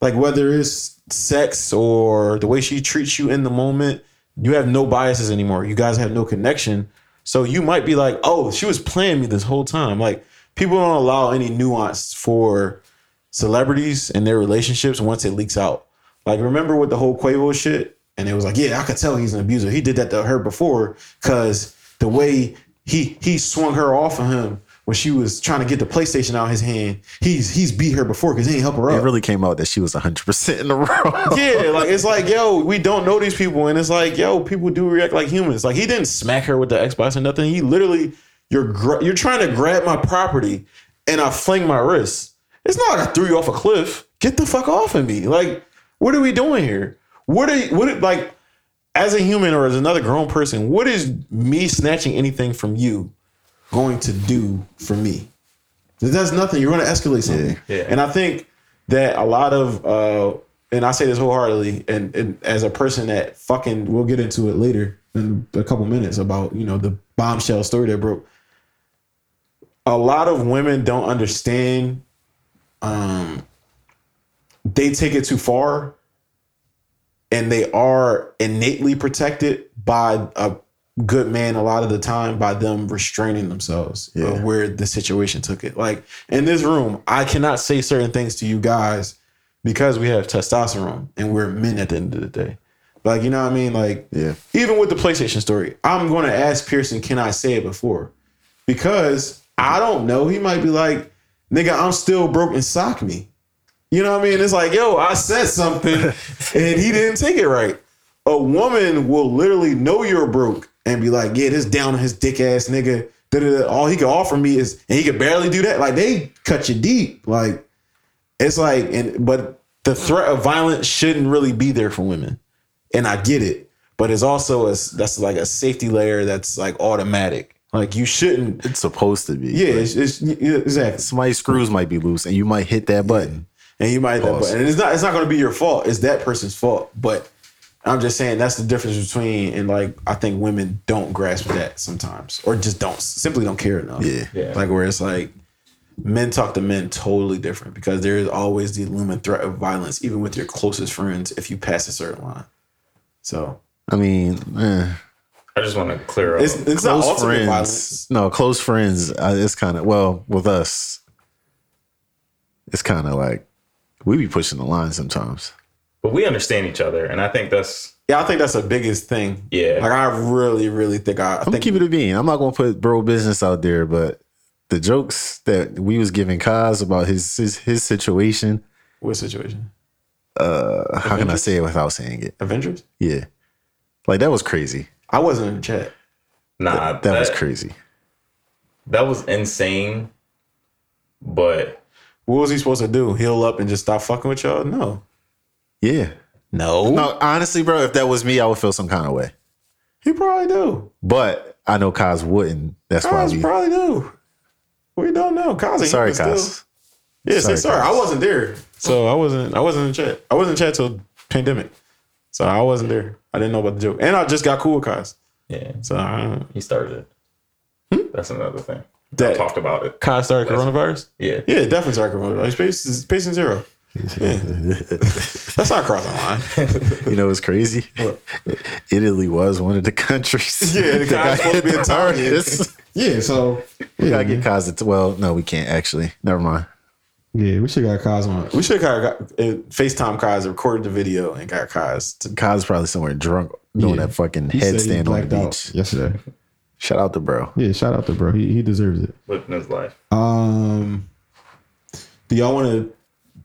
like whether it's sex or the way she treats you in the moment, you have no biases anymore. You guys have no connection. So you might be like, oh, she was playing me this whole time. Like people don't allow any nuance for celebrities and their relationships once it leaks out. Like remember with the whole Quavo shit, and it was like, yeah, I could tell he's an abuser. He did that to her before because the way he he swung her off of him when she was trying to get the PlayStation out of his hand, he's he's beat her before because he didn't help her It up. really came out that she was 100 percent in the wrong. Oh. (laughs) Yeah, like it's like, yo, we don't know these people. And it's like, yo, people do react like humans. Like he didn't smack her with the Xbox or nothing. He literally, you're gr- you're trying to grab my property and I fling my wrist. It's not like I threw you off a cliff. Get the fuck off of me. Like, what are we doing here? What are you, what are- like as a human or as another grown person, what is me snatching anything from you going to do for me? It does nothing. You're going to escalate something. Yeah. And I think that a lot of, uh, and I say this wholeheartedly, and, and as a person that fucking, we'll get into it later in a couple minutes about, you know, the bombshell story that broke. A lot of women don't understand. Um, they take it too far and they are innately protected by a good man a lot of the time by them restraining themselves Yeah. of where the situation took it. Like in this room, I cannot say certain things to you guys because we have testosterone and we're men at the end of the day. Like, you know what I mean? Like, Yeah. even with the PlayStation story, I'm going to ask Pearson, can I say it before? Because I don't know. He might be like, nigga, I'm still broke and sock me. You know what I mean? It's like, yo, I said something and he didn't take it right. A woman will literally know you're broke and be like, yeah, this down on his dick ass nigga. Da-da-da. All he can offer me is, and he could barely do that. Like, they cut you deep. Like, it's like, and but the threat of violence shouldn't really be there for women and I get it, but it's also a, that's like a safety layer that's like automatic. Like you shouldn't. It's supposed to be. Yeah, but it's, it's yeah, exactly. Somebody's screws might be loose and you might hit that button. And you might, Pause. and it's not it's not going to be your fault. It's that person's fault. But I'm just saying that's the difference between and like I think women don't grasp that sometimes, or just don't simply don't care enough. Yeah. Yeah. Like where it's like men talk to men totally different because there is always the looming threat of violence, even with your closest friends, if you pass a certain line. So I mean, eh. I just want to clear up. it's, it's not close ultimate friends. violence. No, close friends. Uh, it's kind of well with us. it's kind of like we be pushing the line sometimes. But we understand each other, and I think that's Yeah, I think that's the biggest thing. Yeah. Like I really, really think I, I I'm think keeping it being. I'm not gonna put bro business out there, but the jokes that we was giving Kaz about his his, his situation, what situation? how can I say it without saying it? Avengers? Yeah, like that was crazy. I wasn't in the chat. nah. That, was crazy. That was insane. But What was he supposed to do? Heal up and just stop fucking with y'all? No. Yeah. No. No, honestly, bro, if that was me, I would feel some kind of way. He probably do. But I know Kaz wouldn't. That's why Kaz we. probably do. We don't know. Kaz ain't Sorry, human Kaz. still. Yeah, Sorry, say sorry. Kaz. I wasn't there. So I wasn't I wasn't in chat. I wasn't in chat till pandemic. So I wasn't there. I didn't know about the joke. And I just got cool with Kaz. yeah, So I don't he started it. That's another thing. That- I talked about it. Kaz started coronavirce? Yeah. Yeah, definitely started coronavirus. Like, patient, patient zero. (laughs) Yeah. That's not crossing the line. You know, it's crazy. (laughs) Italy was one of the countries. Yeah, the that got guy's supposed to be hit a the target. (laughs) hardest. Yeah, so We yeah, gotta get Kaz. to- Well, no, we can't actually. Never mind. yeah, we should got Kaz on. We should have got, uh, FaceTime Kaz, recorded the video, and got Kaz. To, Kaz probably somewhere drunk doing Yeah. that fucking He said he headstand on the blacked out beach. yesterday. Shout out to bro. Yeah, shout out to bro. He he deserves it. Living his life. Um, do y'all want to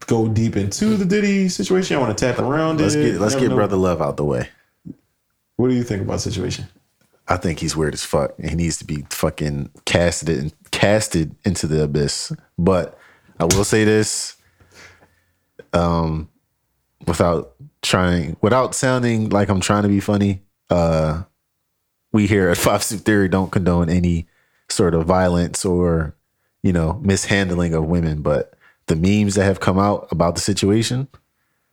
go deep into the Diddy situation? I want to tap around Let's it. get let's Never get know. brother love out the way. What do you think about the situation? I think he's weird as fuck. and He needs to be fucking casted and casted into the abyss. But I will say this, um, without trying, without sounding like I'm trying to be funny, uh, we here at (laughs) Five Soup Theory don't condone any sort of violence or you know mishandling of women. But the memes that have come out about the situation,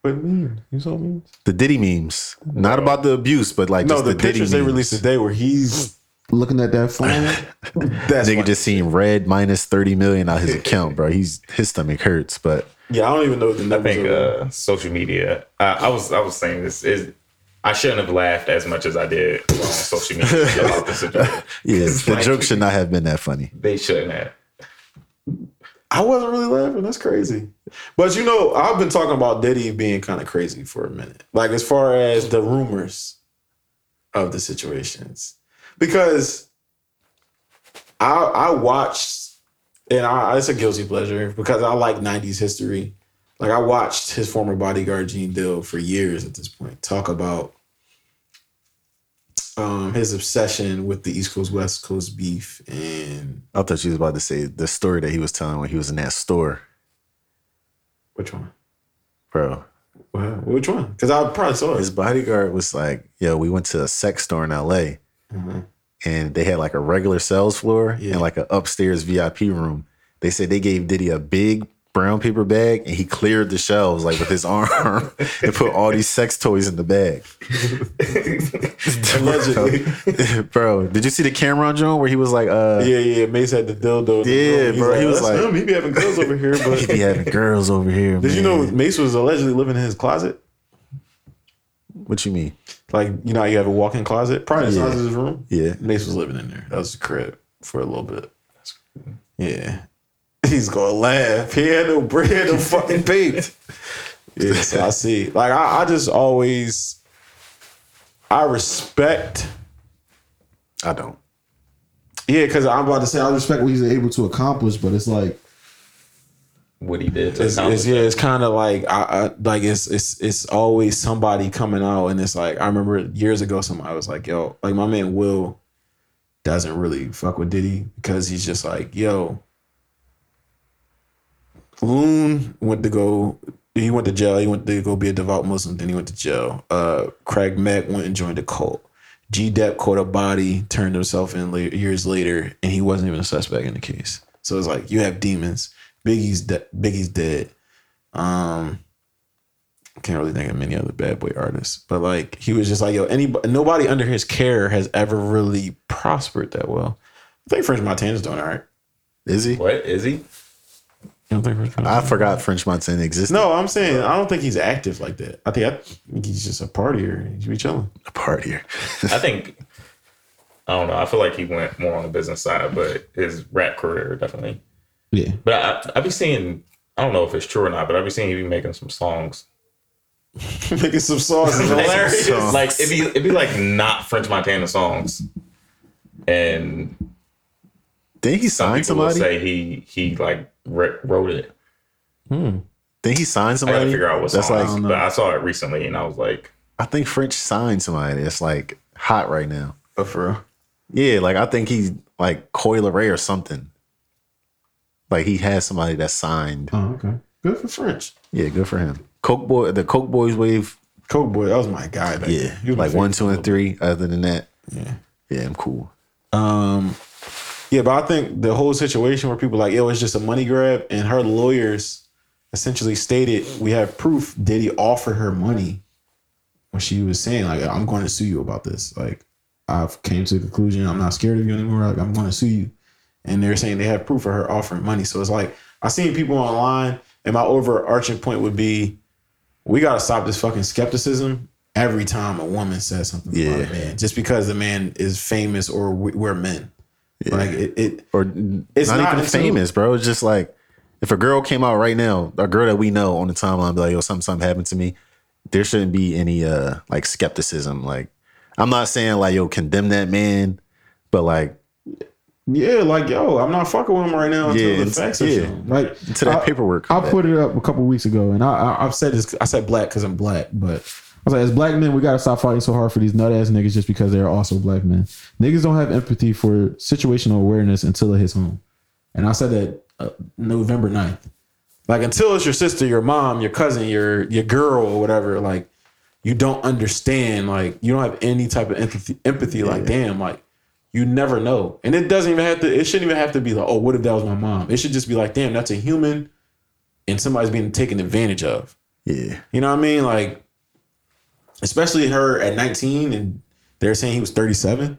What mean? You saw memes? the Diddy memes, not about the abuse, but like No, just the, the, pictures Diddy they memes. released today where he's looking at that (laughs) phone, that's Nigga why- just seen red minus thirty million out his account, bro. He's his stomach hurts, but yeah. I don't even know what the I numbers think are. uh, social media. I, I was I was saying this is. I shouldn't have laughed as much as I did on social (laughs) media about the situation. yeah, the like- joke should not have been that funny. They shouldn't (laughs) have. I wasn't really laughing. That's crazy. But you know, I've been talking about Diddy being kind of crazy for a minute. Like as far as the rumors of the situations. Because I I watched and I it's a guilty pleasure because I like 90s history. Like I watched his former bodyguard Gene Dill for years at this point talk about um, his obsession with the East Coast West Coast beef and I thought she was about to say the story that he was telling when he was in that store, which one? bro. Wow, which one? Because I probably saw His it. bodyguard was like, "Yo, we went to a sex store in L.A. and they had like a regular sales floor Yeah. and like an upstairs VIP room. They said they gave Diddy a big." Brown paper bag, and he cleared the shelves like with his (laughs) arm and put all these sex toys in the bag. (laughs) Allegedly. (laughs) bro, did you see the Cameron Jones where he was like, uh, yeah, yeah. Mace had the dildo. in the Yeah, room. He's bro, he was "That's like- him. he be having girls over here. But he (laughs) be having girls over here. did you know Mace was allegedly living in his closet? what you mean? Like you know, how you have a walk-in closet, probably the size of Yeah. his room. Yeah, Mace was living in there. That was the crib for a little bit. Yeah, (laughs) he's gonna laugh. He had no bread, (laughs) no fucking papes. Yeah, so I see. Like I, I just always, I respect. I don't. Yeah, because I'm about to say I I respect. respect what he's able to accomplish, but it's like What he did. To it's, accomplish it's yeah, it's kind of like I, I like it's it's it's always somebody coming out, and it's like I remember years ago, somebody was like, "Yo, like my man Will doesn't really fuck with Diddy because he's just like, yo, Loon went to go." He went to jail. He went to go be a devout Muslim. Then he went to jail. Uh, Craig Mack went and joined a cult. G. Depp caught a body, turned himself in la- years later, and he wasn't even a suspect in the case. So it's like you have demons. Biggie's de- Biggie's dead. Um, can't really think of many other bad boy artists, but like he was just like yo, anybody, nobody under his care has ever really prospered that well. I think French Montana's doing all right. Is he? What is he? You don't think French Montana? I forgot French Montana existed. no, I'm saying I don't think he's active like that. I think I think he's just a partier. He should be chilling. a part here. I think I don't know. I feel like he went more on the business side, but his rap career definitely. yeah, But I I be seeing I I don't know if it's true or not, but I've been seeing you be making some songs. (laughs) Making some sauce (laughs) is hilarious. songs. Like it'd be it'd be like not French Montana songs. And Then he some signed people will somebody. say he he like re- wrote it. Oh, Then he I signed somebody. gotta figure out what That's song. it like is, but I saw it recently and I was like, I think French signed somebody. That's like hot right now. But for real. Yeah, like I think he's like Coil Ray or something. Like he has somebody that's signed. Oh, okay. Good for French. Yeah, good for him. Coke boy, the Coke boys wave. Coke boy, that was my guy. Back Yeah, then. He was my like one, favorite. two, and three. Other than that, Yeah. yeah, I'm cool. Um, yeah, but I think the whole situation where people like, yo, it's just a money grab, and her lawyers essentially stated, we have proof Diddy offered her money when she was saying like, I'm going to sue you about this. Like, I've came to the conclusion I'm not scared of you anymore. Like, I'm going to sue you, and they're saying they have proof of her offering money. So it's like I seen people online, and my overarching point would be, we gotta stop this fucking skepticism every time a woman says something Yeah. about a man, just because the man is famous or we- we're men. Like it, it Or it's not, not even until- famous, bro. It's just like if a girl came out right now, a girl that we know on the timeline, be like, yo, something, something happened to me. There shouldn't be any uh like skepticism. Like I'm not saying like yo condemn that man, but like yeah, like yo, I'm not fucking with him right now until Yeah, the it's- facts are yeah. shown. Like to that I- paperwork. I put it up a couple weeks ago, and I, I I've said this. I said black because I'm black, but I was like, as black men, we gotta stop fighting so hard for these nut ass niggas just because they are also black men. Niggas don't have empathy for situational awareness until it hits home, and I said that uh, November 9th. Like until it's your sister, your mom, your cousin, your your girl or whatever, like you don't understand, like you don't have any type of empathy empathy, like damn, like you never know. And it doesn't even have to it shouldn't even have to be like, oh, what if that was my mom? It should just be like, damn, that's a human and somebody's being taken advantage of. yeah. You know what I mean? Like, especially her at 19 and they're saying he was 37,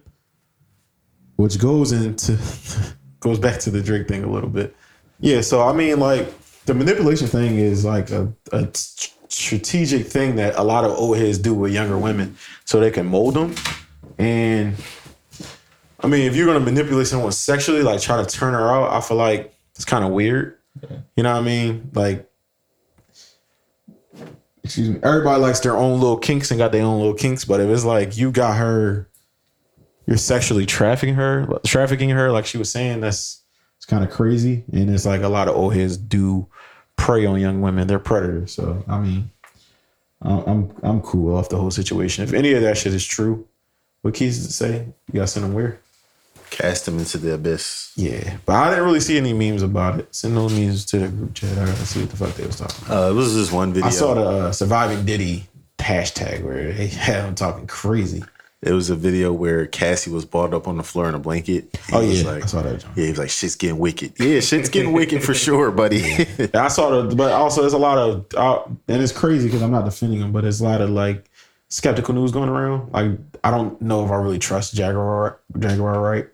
which goes into (laughs) goes back to the Drake thing a little bit. Yeah, so I mean, like the manipulation thing is like a, a s- strategic thing that a lot of old heads do with younger women, so they can mold them. And I mean, if you're gonna manipulate someone sexually, like try to turn her out, I feel like it's kind of weird. You know what I mean? Like excuse me, everybody likes their own little kinks and got their own little kinks, but if it's like you got her, you're sexually trafficking her, trafficking her, like she was saying, that's it's kind of crazy. And it's like a lot of old heads do prey on young women; they're predators. So I mean, I'm I'm, I'm cool off the whole situation. If any of that shit is true, what Keys did say, you gotta send them where? Cast him into the abyss. Yeah, but I didn't really see any memes about it. Send those memes to the group chat. I gotta see what the fuck they was talking. about. Uh, it was just one video. I saw the uh, surviving Diddy hashtag where they (laughs) had him talking crazy. It was a video where Cassie was balled up on the floor in a blanket. He Oh was yeah, like, I saw that. John. yeah, he was like, shit's getting wicked. Yeah, shit's getting wicked for sure, buddy. I saw the, but also there's a lot of, uh, and it's crazy because I'm not defending him, but there's a lot of like skeptical news going around. Like I don't know if I really trust Jaguar, Jaguar right?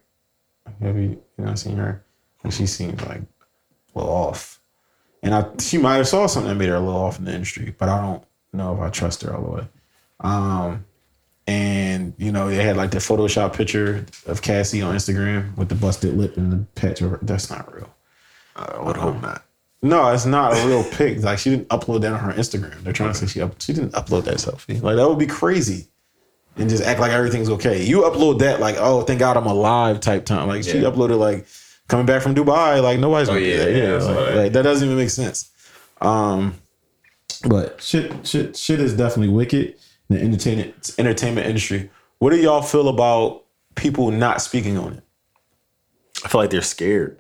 Have you, you know, seen her? And she seems like a little off, and I she might have saw something that made her a little off in the industry, but I don't know if I trust her all the way. Um, and you know they had like the Photoshop picture of Cassie on Instagram with the busted lip and the patch over. That's not real. (laughs) I would hope not. No, it's not a real pic. Like she didn't upload that on her Instagram. They're trying to say she up, she didn't upload that selfie. Like that would be crazy, and just act like everything's okay. You upload that like oh thank God I'm alive type time. Like she Yeah. Oh, uploaded like coming back from Dubai. Like nobody's gonna do yeah, that. yeah, Yeah, I saw like, that. like, that doesn't even make sense. Um, But shit, shit, shit is definitely wicked in the entertainment entertainment industry. What do y'all feel about people not speaking on it? I feel like they're scared.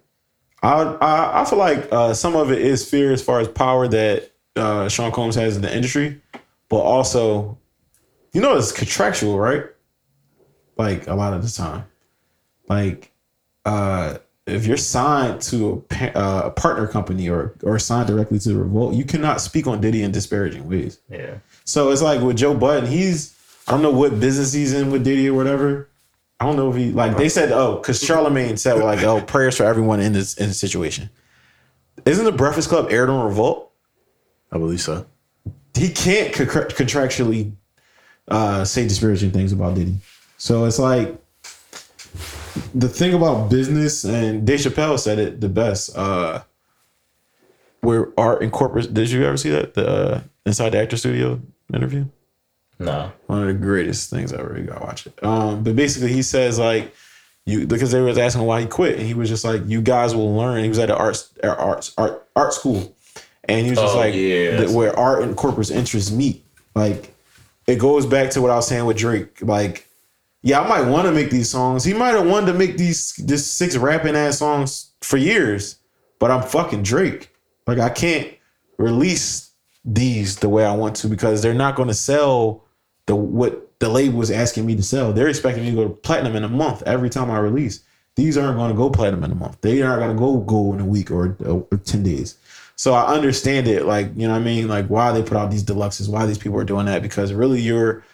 I I, I feel like uh, some of it is fear as far as power that uh, Sean Combs has in the industry, but also, you know, it's contractual, right? Like a lot of the time, like uh, if you're signed to a, pa- uh, a partner company or or signed directly to Revolt, you cannot speak on Diddy in disparaging ways. yeah. So it's like with Joe Button, he's I don't know what business he's in with Diddy or whatever. I don't know if he like they said oh because Charlemagne said like oh prayers for everyone in this in this situation. Isn't the Breakfast Club aired on Revolt? I believe so. He can't con- contractually uh, say disparaging things about Diddy. So it's like the thing about business and Dave Chappelle said it the best. Uh, where art incorporates. Did you ever see that the uh, Inside the Actor Studio interview? No. One of the greatest things I ever. You gotta watch it. Um, but basically, he says like you because they was asking why he quit, and he was just like, "You guys will learn." He was at an arts uh, arts art art school, and he was just Oh, like, yeah. that "Where art and corporate interests meet." Like it goes back to what I was saying with Drake. Like, yeah, I might want to make these songs. He might have wanted to make these this six rapping ass songs for years, but I'm fucking Drake. Like I can't release these the way I want to because they're not going to sell the what the label is asking me to sell. They're expecting me to go platinum in a month every time I release. These aren't going to go platinum in a month. They aren't going to go gold in a week or, or ten days. So I understand it, like you know what I mean, like why they put out these deluxes, why these people are doing that, because really you're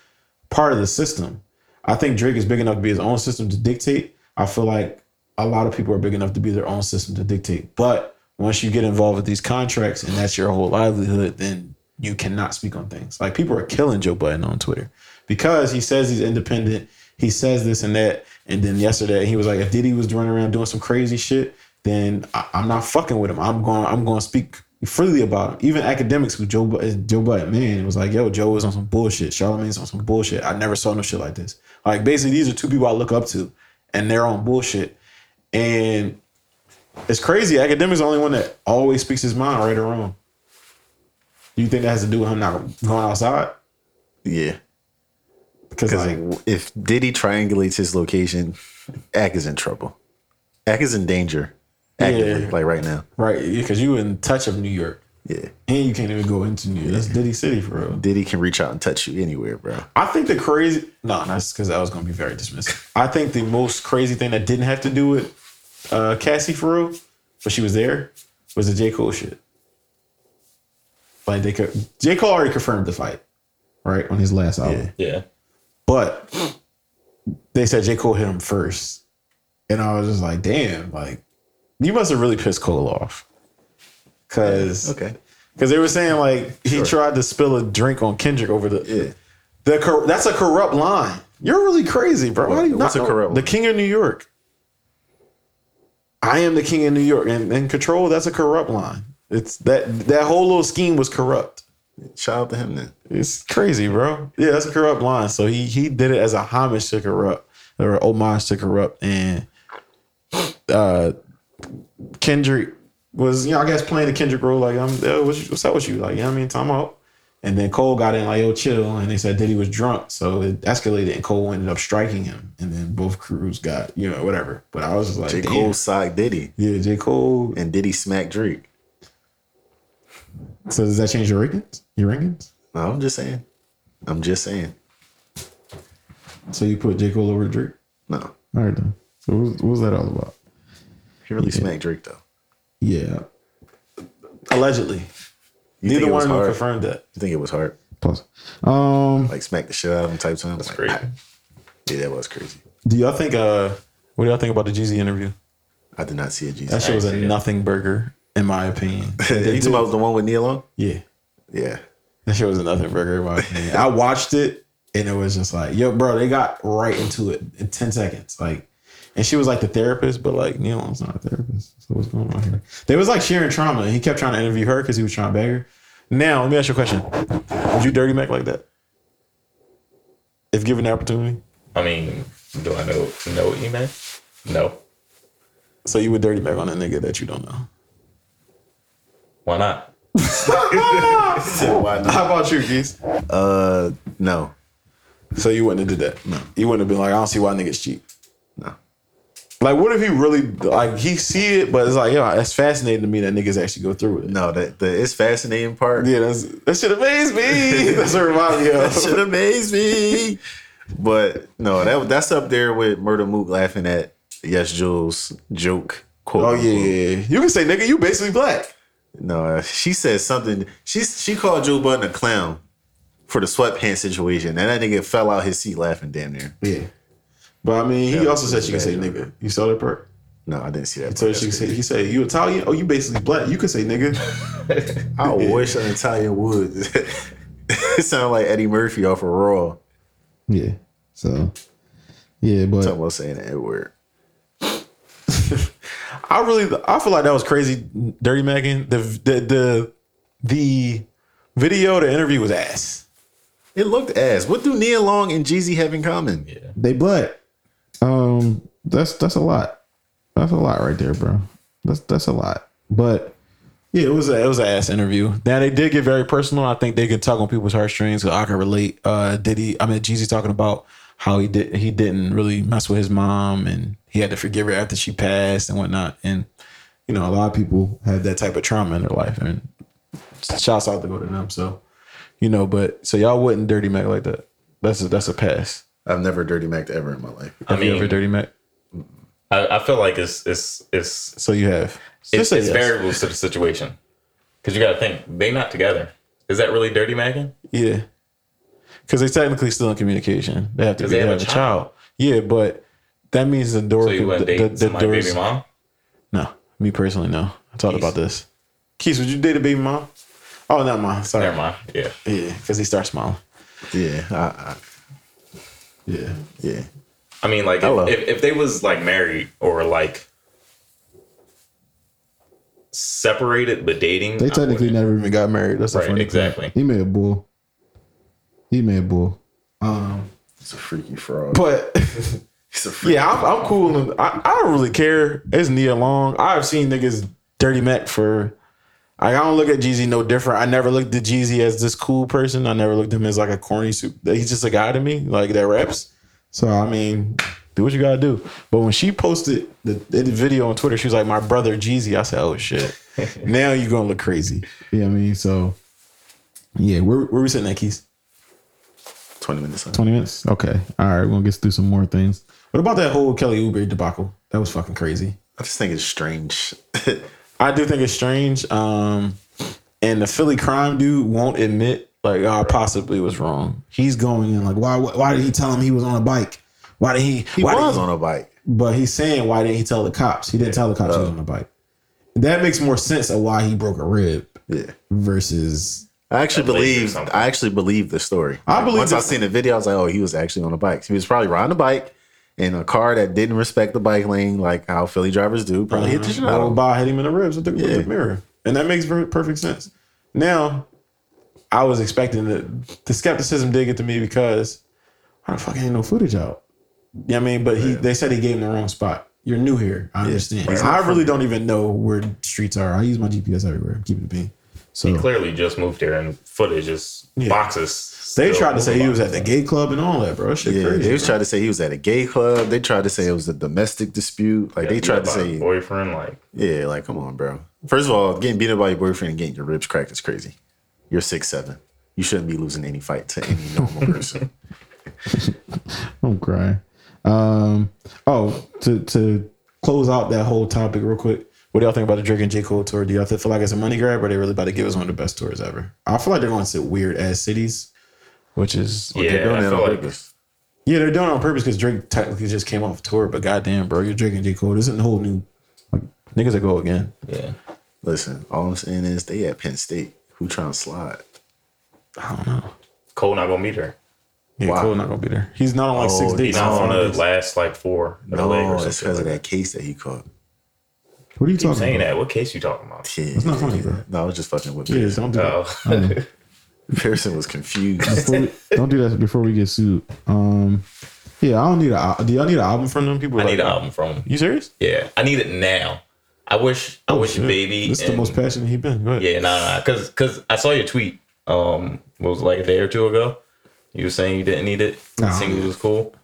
part of the system. I think Drake is big enough to be his own system to dictate. I feel like a lot of people are big enough to be their own system to dictate. But once you get involved with these contracts and that's your whole livelihood, then you cannot speak on things. Like people are killing Joe Budden on Twitter because he says he's independent. He says this and that. And then yesterday he was like, if Diddy was running around doing some crazy shit, then I, I'm not fucking with him. I'm going. I'm going to speak freely about him. Even academics who Joe Bud- Joe Budden, man, it was like, yo, Joe was on some bullshit. Charlamagne's on some bullshit. I never saw no shit like this. Like basically, these are two people I look up to, and they're on bullshit. And it's crazy. Academics the only one that always speaks his mind, right or wrong. Do you think that has to do with him not going outside? Yeah. Because Because like, if Diddy triangulates his location, Ack is in trouble. Ack is in danger. Actively, Yeah. like right now. right? Because you in touch of New York, Yeah. and you can't even go into New York. That's Diddy City for real. Diddy can reach out and touch you anywhere, bro. I think the crazy no, that's because I was gonna be very dismissive. I think the most crazy thing that didn't have to do with uh, Cassie for real, but she was there, was the J Cole shit. Like they could J Cole already confirmed the fight, right on his last album, Yeah. Yeah. but they said J Cole hit him first, and I was just like, damn, like you must have really pissed Cole off, because Okay. because they were saying like he tried to spill a drink on Kendrick over the Yeah. the cor- that's a corrupt line. You're really crazy, bro. Why do you What's not a know- corrupt The line? King of New York. I am the King of New York, and, and control. That's a corrupt line. It's that that whole little scheme was corrupt. Shout out to him then. It's crazy, bro. Yeah, that's a corrupt line. So he he did it as a homage to corrupt or homage to corrupt, and uh Kendrick was you know I guess playing the Kendrick role like I'm yo, what's, you- what's up with you like you know what I mean time out. And then Cole got in like yo chill, and they said Diddy was drunk, so it escalated, and Cole ended up striking him, and then both crews got you know whatever. But I was just like, J. J. Cole socked Diddy yeah, J Cole. and Diddy smacked Drake. So does that change your rankings? Your rankings? No, I'm just saying. I'm just saying. So you put J Cole over Drake? No. All right, then. So what was, what was that all about? He really smacked Drake though. Yeah. Allegedly, You think neither it one was of them hard? confirmed that. You think it was hard? Pause. Um, Like smack the shit out of him type time. That's Great. Yeah, that was crazy. Do y'all think uh what do y'all think about the Jeezy interview? I did not see it, That Jesus. shit was a Actually, yeah. nothing burger, in my opinion. (laughs) you talking about the one with Neil on? yeah. Yeah. That shit was a nothing burger in my opinion. I watched it and it was just like, yo, bro, they got right into it in 10 seconds. Like, and she was like the therapist, but like Neil's not a therapist. So what's going on here? They was like sharing trauma. and He kept trying to interview her because he was trying to beg her. Now, let me ask you a question. Would you dirty Mac like that? If given the opportunity? I mean, do I know know what you meant? No. So you would dirty Mac on a nigga that you don't know. (laughs) Why not? Why not? How about you, Geese? Uh no. So you wouldn't have did that. No. You wouldn't have been like, I don't see why niggas cheat. No. Like, what if he really like he see it, but it's like, yo, it's fascinating to me that niggas actually go through it. No, that the it's fascinating part. Yeah, that's that should amaze (laughs) me. that's what remind me (laughs) That of. should amaze me. But no, that that's up there with Murder Mook laughing at Yes Jules joke quote. Oh yeah, unquote. yeah, yeah. you can say nigga, you basically black. No, uh, she said something. She she called Joe Budden a clown for the sweatpants situation, and that nigga fell out his seat laughing damn near. Yeah, but I mean, he That also was said she can bad say joke. nigga. You saw that part. No, I didn't see that. So part. she said, he said, you Italian? Oh, you basically black. You can say nigga. (laughs) I wish an Italian would. (laughs) it sounded like Eddie Murphy off of Raw. yeah. So, yeah, but Talking about saying that word. I really, I feel like that was crazy, Dirty Megan. The the the the video, the interview was ass. It looked ass. What do Nia Long and Jeezy have in common? They black. Um, that's that's a lot. That's a lot right there, bro. That's that's a lot. But Yeah, it was a, it was an ass interview. Now they did get very personal. I think they could tug on people's heartstrings. 'cause I can relate. Uh, did he? I mean, Jeezy talking about how he did he didn't really mess with his mom, and he had to forgive her after she passed and whatnot. And you know, a lot of people have that type of trauma in their life, and shouts out to go to them. So you know, but so y'all wouldn't dirty Mac like that. That's a, that's a pass. I've never dirty Mac ever in my life. I Have you mean, ever dirty Mac? I, I feel like it's it's it's So you have. it's, Just say it's yes. variables to the situation because you got to think they not together. Is that really dirty Megan? Yeah. Because they technically still in communication. They have to 'Cause be, they they have a have a child. Yeah, but that means the door. So you the, wouldn't date the, the somebody's doors- baby mom? No, me personally, no. I thought Keith. about this. Keith, would you date a baby mom? Oh, not mom. Sorry. Never mind. Yeah, Yeah, because he starts smiling. Yeah, I, I, Yeah. yeah. I mean, like Hello. if, if if they was like married or like separated but dating, they I technically wouldn't. never even got married. That's the right funny thing. exactly. He made a bull. He made a bull. Um, It's a freaky fraud. But (laughs) It's a freaky yeah, I'm, I'm cool. and I, I don't really care. It's Nia Long. I've seen niggas dirty Mac for. Like, I don't look at Jeezy no different. I never looked at Jeezy as this cool person. I never looked at him as like a corny soup. He's just a guy to me, like that raps. So I mean, do what you gotta do. But when she posted the, the video on Twitter, she was like, "My brother Jeezy." I said, "Oh shit!" now you gonna look crazy. yeah, I mean, so Yeah, where where we sitting at, Keys? Twenty minutes. Left. twenty minutes. Okay, all right, we're gonna get through some more things. What about that whole Kelly Oubre debacle? That was fucking crazy. I just think it's strange. I do think it's strange. Um, and the Philly crime dude won't admit like "Oh, I possibly was wrong. He's going in like why why did he tell him he was on a bike? Why did he? he why did was on a bike. But he's saying why didn't he tell the cops? He didn't tell the cops he was on a bike. That makes more sense of why he broke a rib Yeah. versus I actually That lady or believe. something. I actually believe the story. I Like, believe once that- I seen the video, I was like, "Oh, he was actually on a bike. He was probably riding a bike in a car that didn't respect the bike lane, like how Philly drivers do. Probably hit the shit out of Rolled him. by hit him in the ribs with the, with the Yeah. mirror, and that makes per- perfect sense. Now, I was expecting the the skepticism did get to me because why the fuck ain't no footage out? Yeah, I mean, but he they said he gave him the wrong spot. You're new here. I understand. I really don't even know where streets are. I use my GPS everywhere. Keep it being. So He clearly just moved there, and footage is boxes. they still tried to say he was boxes. at the gay club and all that, bro. That Shit Yeah, crazy. they was bro. trying to say he was at a gay club. They tried to say it was a domestic dispute. Like they Beat tried up to by say, a boyfriend. Like yeah, like come on, bro. First of all, getting beat up by your boyfriend and getting your ribs cracked is crazy. You're six seven. You shouldn't be losing any fight to any normal person. I'm crying. Um, oh, to to close out that whole topic real quick. What do y'all think about the Drake and J Cole tour? Do y'all feel like it's a money grab, or they really about to give us one of the best tours ever? I feel like they're going to weird ass cities, which is yeah, yeah, Doing I that feel on like purpose. they're doing it on purpose because Drake technically just came off tour. But goddamn, bro, you're Drake and J Cole. This isn't a whole new like, niggas that go again. yeah. Listen, all I'm saying is they at Penn State. Who trying to slide? I don't know. Cole not gonna meet her. Yeah, Wow. Cole not gonna be there. He's not on like Oh, six He's days. not on Five the days. last like four of the leg No, or it's something. because of that case that he caught. (laughs) what are you Keep talking saying about? that. What case you talking about? It's not funny, bro. No, I was just fucking with Yeah, don't Pearson. do that. (laughs) Oh, Pearson (laughs) was confused. Before we- don't do that before we get sued. Um, yeah, I don't need a. al- Do y'all need an album from them people? I need like, an album from him. You serious? Yeah, I need it now. I wish. I wish Oh, shit. baby. This is the and- most passionate he's been. Go ahead. Yeah, nah, nah, cause, cause I saw your tweet. Um, what was it, like a day or two ago. You were saying you didn't need it. The Nah. singles was cool,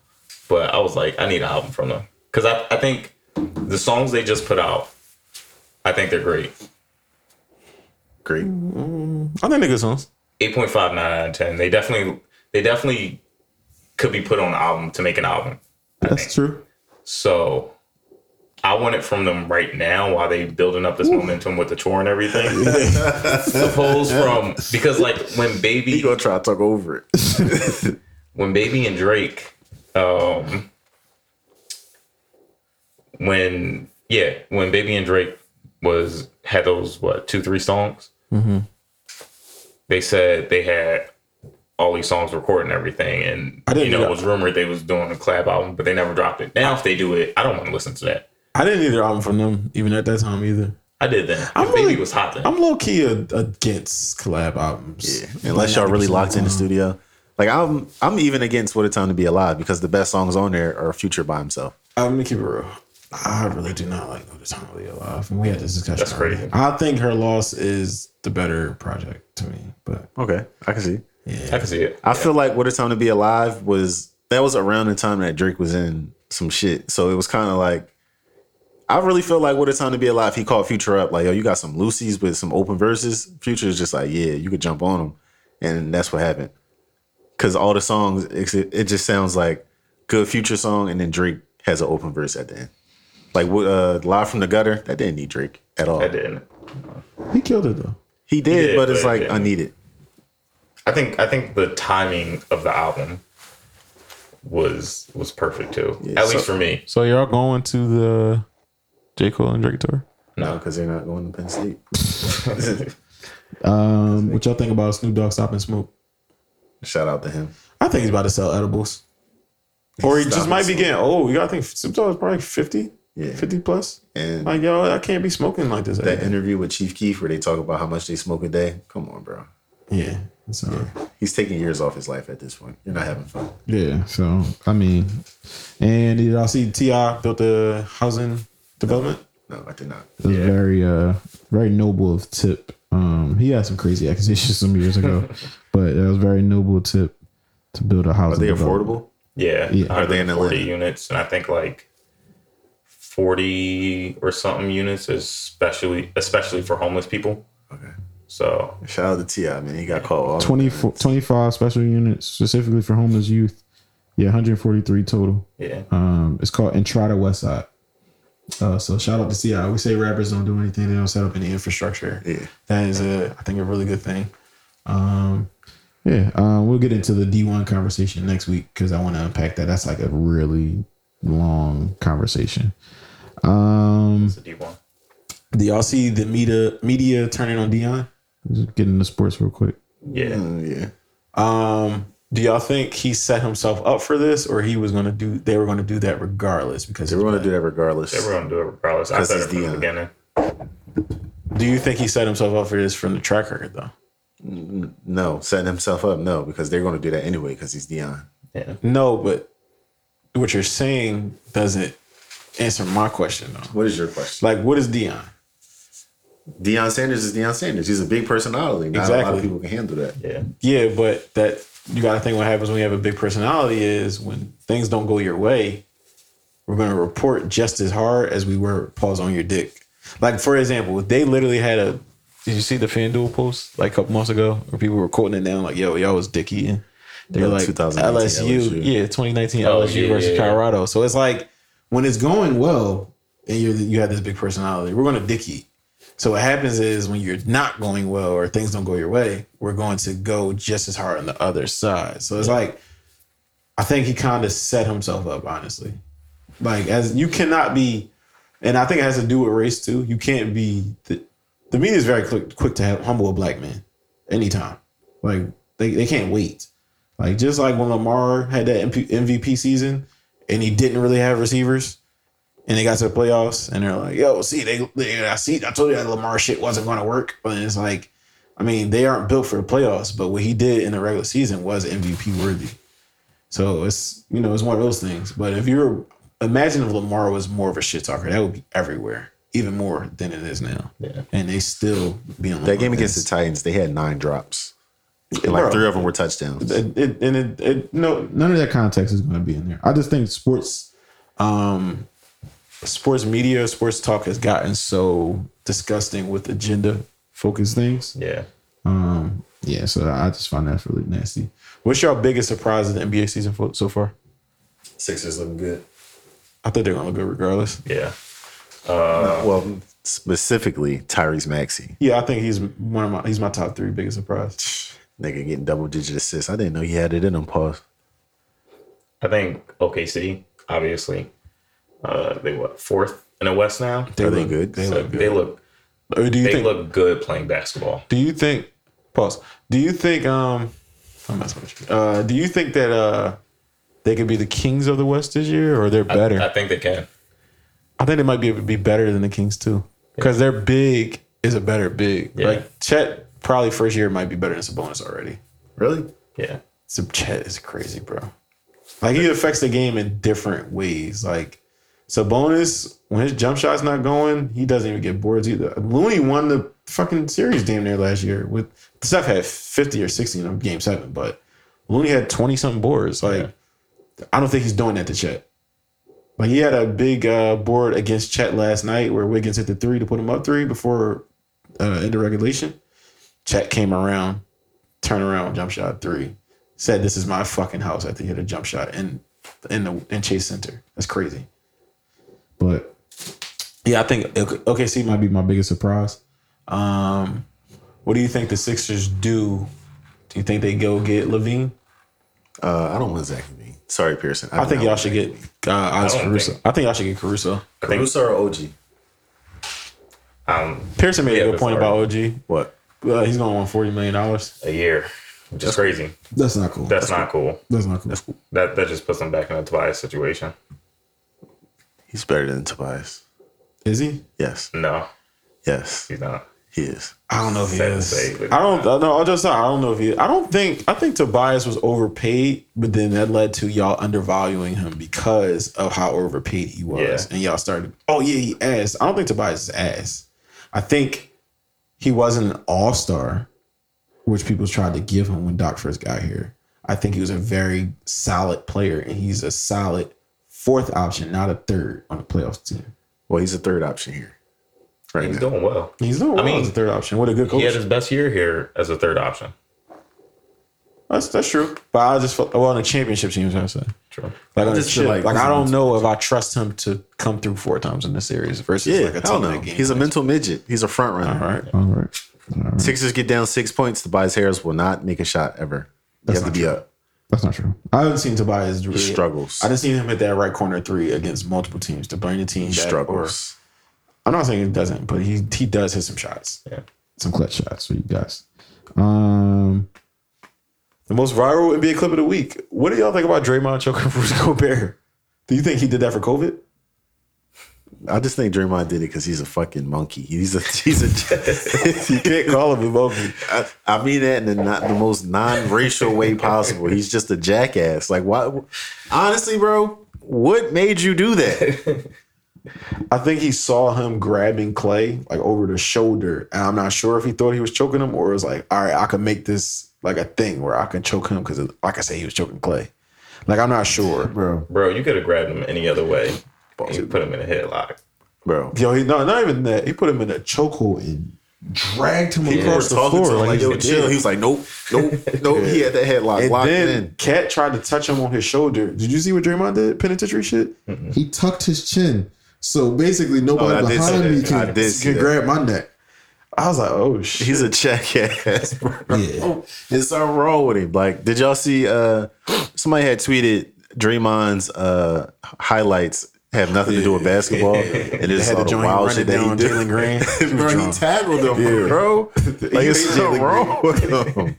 but I was like, I need an album from them because I, I think the songs they just put out, I think they're great. Great. I think niggas songs. Eight point five nine out of ten. They definitely, they definitely could be put on an album to make an album. That's true. So I want it from them right now while they building up this momentum with the tour and everything. Suppose from because like when He baby gonna try to talk over it. when Baby and Drake, um, when yeah, when Baby and Drake was had those what two three songs, they said they had all these songs recorded and everything, and didn't you know know it was rumored they was doing a collab album, but they never dropped it. Now if they do it, I don't want to listen to that. I didn't need their album from them even at that time either. I did that. I'm I'm really- Baby was hot then. I'm low key a, against collab albums. unless y'all really locked in the studio. Like I'm, I'm even against "What a Time to Be Alive" because the best songs on there are Future by himself. I'm gonna keep it real. I really do not like Notice Time Really Alive. And we had this discussion. That's already. crazy. I think her loss is the better project to me. But Okay, I can see. I can see it. I feel like "What a Time to Be Alive" was that was around the time that Drake was in some shit, so it was kind of like. I really feel like "What a Time to Be Alive." He called Future up like, "Yo, you got some Lucy's with some open verses." Future is just like, "Yeah, you could jump on them," and that's what happened. Because all the songs, it, it just sounds like good Future song, and then Drake has an open verse at the end. Like what, uh, "Live from the Gutter," that didn't need Drake at all. I didn't. he killed it though. He did, did, but it's but it like didn't. I need it. I think I think the timing of the album was was perfect too. Yeah, At so- least for me. So y'all going to the J. Cole and Drake tour? No, because they're not going to Penn State. (laughs) Um, what y'all think about Snoop Dogg stopping smoke? (laughs) Shout out to him. I think he's about to sell edibles. Or he just stopping might be getting old. You gotta think Snoop Dogg is probably 50, Yeah. 50 plus. And Like, yo, I can't be smoking like this. that interview with Chief Keef where they talk about how much they smoke a day. Come on, bro. yeah. So He's taking years off his life at this point. You're not having fun. Yeah, so I mean, and did y'all see Ti built the housing development? No, I did not. It was very uh very noble of Tip. Um he had some crazy (laughs) accusations some (laughs) years ago, but it was very noble of Tip to build a house. Are they affordable? Yeah. Yeah. Are they in 140 Atlanta? units and I think like 40 or something units is especially especially for homeless people. Okay. So Shout out to T.I. Man, he got called. Oh, All 24, 25 special units specifically for homeless youth. Yeah, 143 total. yeah. Hmm. Um, it's called Entrada West Side. Uh, so shout out to Ti. We say rappers don't do anything; they don't set up any infrastructure. Yeah. That is a, I think, a really good thing. Um, Yeah, uh, we'll get into the D one conversation next week because I want to unpack that. That's like a really long conversation. Um, It's a D1. Do y'all see the media media turning on Dion? just get into sports real quick. Yeah. Mm, yeah. Um, do y'all think he set himself up for this, or he was going to do? They were going to do that regardless because They were going to do that regardless. They were gonna do it regardless. I 'Cause said it's it from the Deion. beginning. Do you think he set himself up for this from the track record though? no, setting himself up. No, because they're going to do that anyway because he's Dion. Yeah. No, but what you're saying doesn't answer my question though. What is your question? Like, what is Dion? Deion Sanders is Deion Sanders. He's a big personality. Not a lot Exactly. of people can handle that. Yeah. Yeah, but that you got to think what happens when you have a big personality is when things don't go your way, we're going to report just as hard as we were paws on your dick. Like for example, they literally had a. Did you see the FanDuel post like a couple months ago where people were quoting it down like, "Yo, y'all was dick eating." They're Yeah, like 2019 LSU, LSU. yeah, 2019 Oh, LSU yeah, versus yeah, yeah. Colorado. So it's like when it's going well and you are you have this big personality, we're going to dick eat. So what happens is when you're not going well or things don't go your way, we're going to go just as hard on the other side. So it's like I think he kind of set himself up, honestly. Like as you cannot be, and I think it has to do with race too. You can't be the, the media is very quick quick to have, humble a black man anytime. Like they, they can't wait. Like just like when Lamar had that MP, MVP season and he didn't really have receivers. And they got to the playoffs, and they're like, "Yo, see, they, they I see, I told you that Lamar shit wasn't going to work." But it's like, I mean, they aren't built for the playoffs. But what he did in the regular season was MVP worthy. So it's you know it's one of those things. But if you're imagine if Lamar was more of a shit talker, that would be everywhere, even more than it is now. Yeah. And they still be on That game against the Titans, they had nine drops. And like Bro. three of them were touchdowns. it, it, and it, it no None of that context is going to be in there. I just think sports. um sports media sports talk has gotten so disgusting with agenda focused things Yeah. Um, yeah, so I just find that really nasty. what's your biggest surprise of the nba season fo- so far Sixers looking good. i thought they're gonna look good regardless Yeah. Uh, well, specifically Tyrese Maxey, yeah i think he's one of my he's my top three biggest surprise nigga getting double digit assists. I didn't know he had it in him. Pause. I think OKC, obviously. Uh they what fourth in the West now? they Are they look good? they So look they good look Or do you they think look good playing basketball. do you think pause do you think um i'm messing with you uh do you think that uh they could be the kings of the west this year or they're better I think they can. I think they might be able to be better than the Kings too, because their big is a better big. Yeah. Like Chet, probably first year might be better than Sabonis already. Really? Yeah. So Chet is crazy, bro. Like he affects the game in different ways. Like Sabonis, when his jump shot's not going, he doesn't even get boards either. Looney won the fucking series damn near last year with Steph had 50 or 60 in game seven, but Looney had 20 something boards. Like I don't think he's doing that to Chet. Like he had a big uh, board against Chet last night where Wiggins hit the three to put him up three before uh, end of regulation. Chet came around, turn around, jump shot three said this is my fucking house after he hit a jump shot in in the in Chase Center. That's crazy. But yeah, I think OKC might be my biggest surprise. Um, what do you think the Sixers do? Do you think they go get Levine? Uh, I don't want Zach Levine. Sorry, Pearson. I think y'all should get uh, Alex don't Caruso. I think y'all should get Caruso. Caruso or OG. Um, Pearson made Yeah, a good point about before. OG. What? Uh, he's going to want forty million dollars. a year, which is crazy. That's not cool. That's not cool. That's not cool. That's cool. That that just puts them back in a Tobias situation. He's better than Tobias. Is he? Yes. No, Yes. he's not. He is. I don't know if he Sad to is. say, but- I don't. I know. I'll just say I don't know if he. I don't think. I think Tobias was overpaid, but then that led to y'all undervaluing him because of how overpaid he was, Yeah. and y'all started. Oh yeah, he ass. I don't think Tobias is ass. I think he wasn't an all star, which people tried to give him when Doc first got here. I think he was a very solid player, and he's a solid fourth option, not a third on the playoffs team. Well, he's the third option here. Right He's now. doing well. He's not. I mean, mean, a third option. What a good coach. He had his best year here as a third option. That's that's true. But I just felt well on the championship team. is what I'm saying. True. Like on the Just feel chip, like, like I he's don't know if I trust him to come through four times in the series versus yeah, like a hell team no. that game. He's a mental midget. He's a front runner. all right. All right. All right. Sixers get down six points. Tobias Harris will not make a shot ever. You have to be up. That's not true. I haven't seen Tobias really, struggles. I just seen him hit that right corner three against multiple teams to bring the team back. Struggles. Struggles. I'm not saying he doesn't, but he he does hit some shots. Some clutch shots for you guys. Um, The most viral NBA clip of the week. What do y'all think about Draymond choking Bruce (laughs) Gobert? Do you think he did that for COVID? I just think Draymond did it because he's a fucking monkey. He's (laughs) a (laughs) he's (laughs) You a. can't call him a monkey. I, I mean that in the, not the most non-racial way possible. He's just a jackass. Like why? Honestly, bro, what made you do that? I think he saw him grabbing Clay like over the shoulder, and I'm not sure if he thought he was choking him or was like, "All right, I can make this like a thing where I can choke him because, like I say, he was choking Clay." Like I'm not sure. bro, Bro, you could have grabbed him any other way. You put him in a headlock. bro. Yo, he no, not even that. He put him in a chokehold and dragged him People were across the talking to floor. him like, yo, chill. He was like, nope, nope, nope. He had that headlock and locked then in. Cat tried to touch him on his shoulder. Did you see what Draymond did? Penitentiary shit. he tucked his chin, so basically nobody Oh, I did see behind that. me I can, did see can that. grab my neck. I was like, oh shit. He's a jackass, bro. Yeah. There's something wrong with him. Like, did y'all see uh somebody had tweeted Draymond's uh highlights have nothing to do with basketball? And it's Had to all the join him wild shit running that he down Jalen did. Green. (laughs) Bro, (laughs) he tackled him, bro. Like, it's something wrong with him.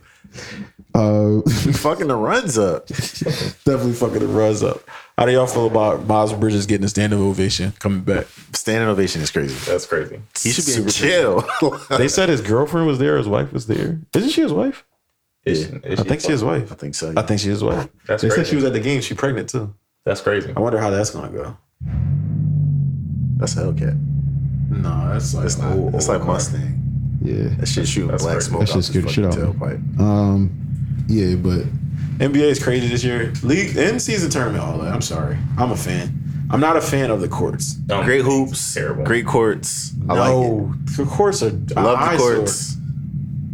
Uh, He fucking the runs up. Definitely fucking the runs up. How do y'all feel about Miles Bridges getting a standing ovation coming back? Standing ovation is crazy. That's crazy. He should be in jail. They said his girlfriend was there, his wife was there. Isn't she his wife? Is she- is I think she's his wife. I think so. I think she's his wife. That's they said crazy. she was at the game. She pregnant too. That's crazy. I wonder how that's gonna go. That's Hellcat. No, that's like It's not. old- it's old like car. Mustang. yeah. That shit shooting That's black crazy. smoke That out shit his scared the shit fucking out of me. tailpipe. Um, yeah, but NBA is crazy this year. League end season tournament. All that. I'm sorry. I'm a fan. I'm not a fan of the courts. Um, Great hoops. Terrible. Great courts. I like it. no, the courts are I love the eyesore. courts.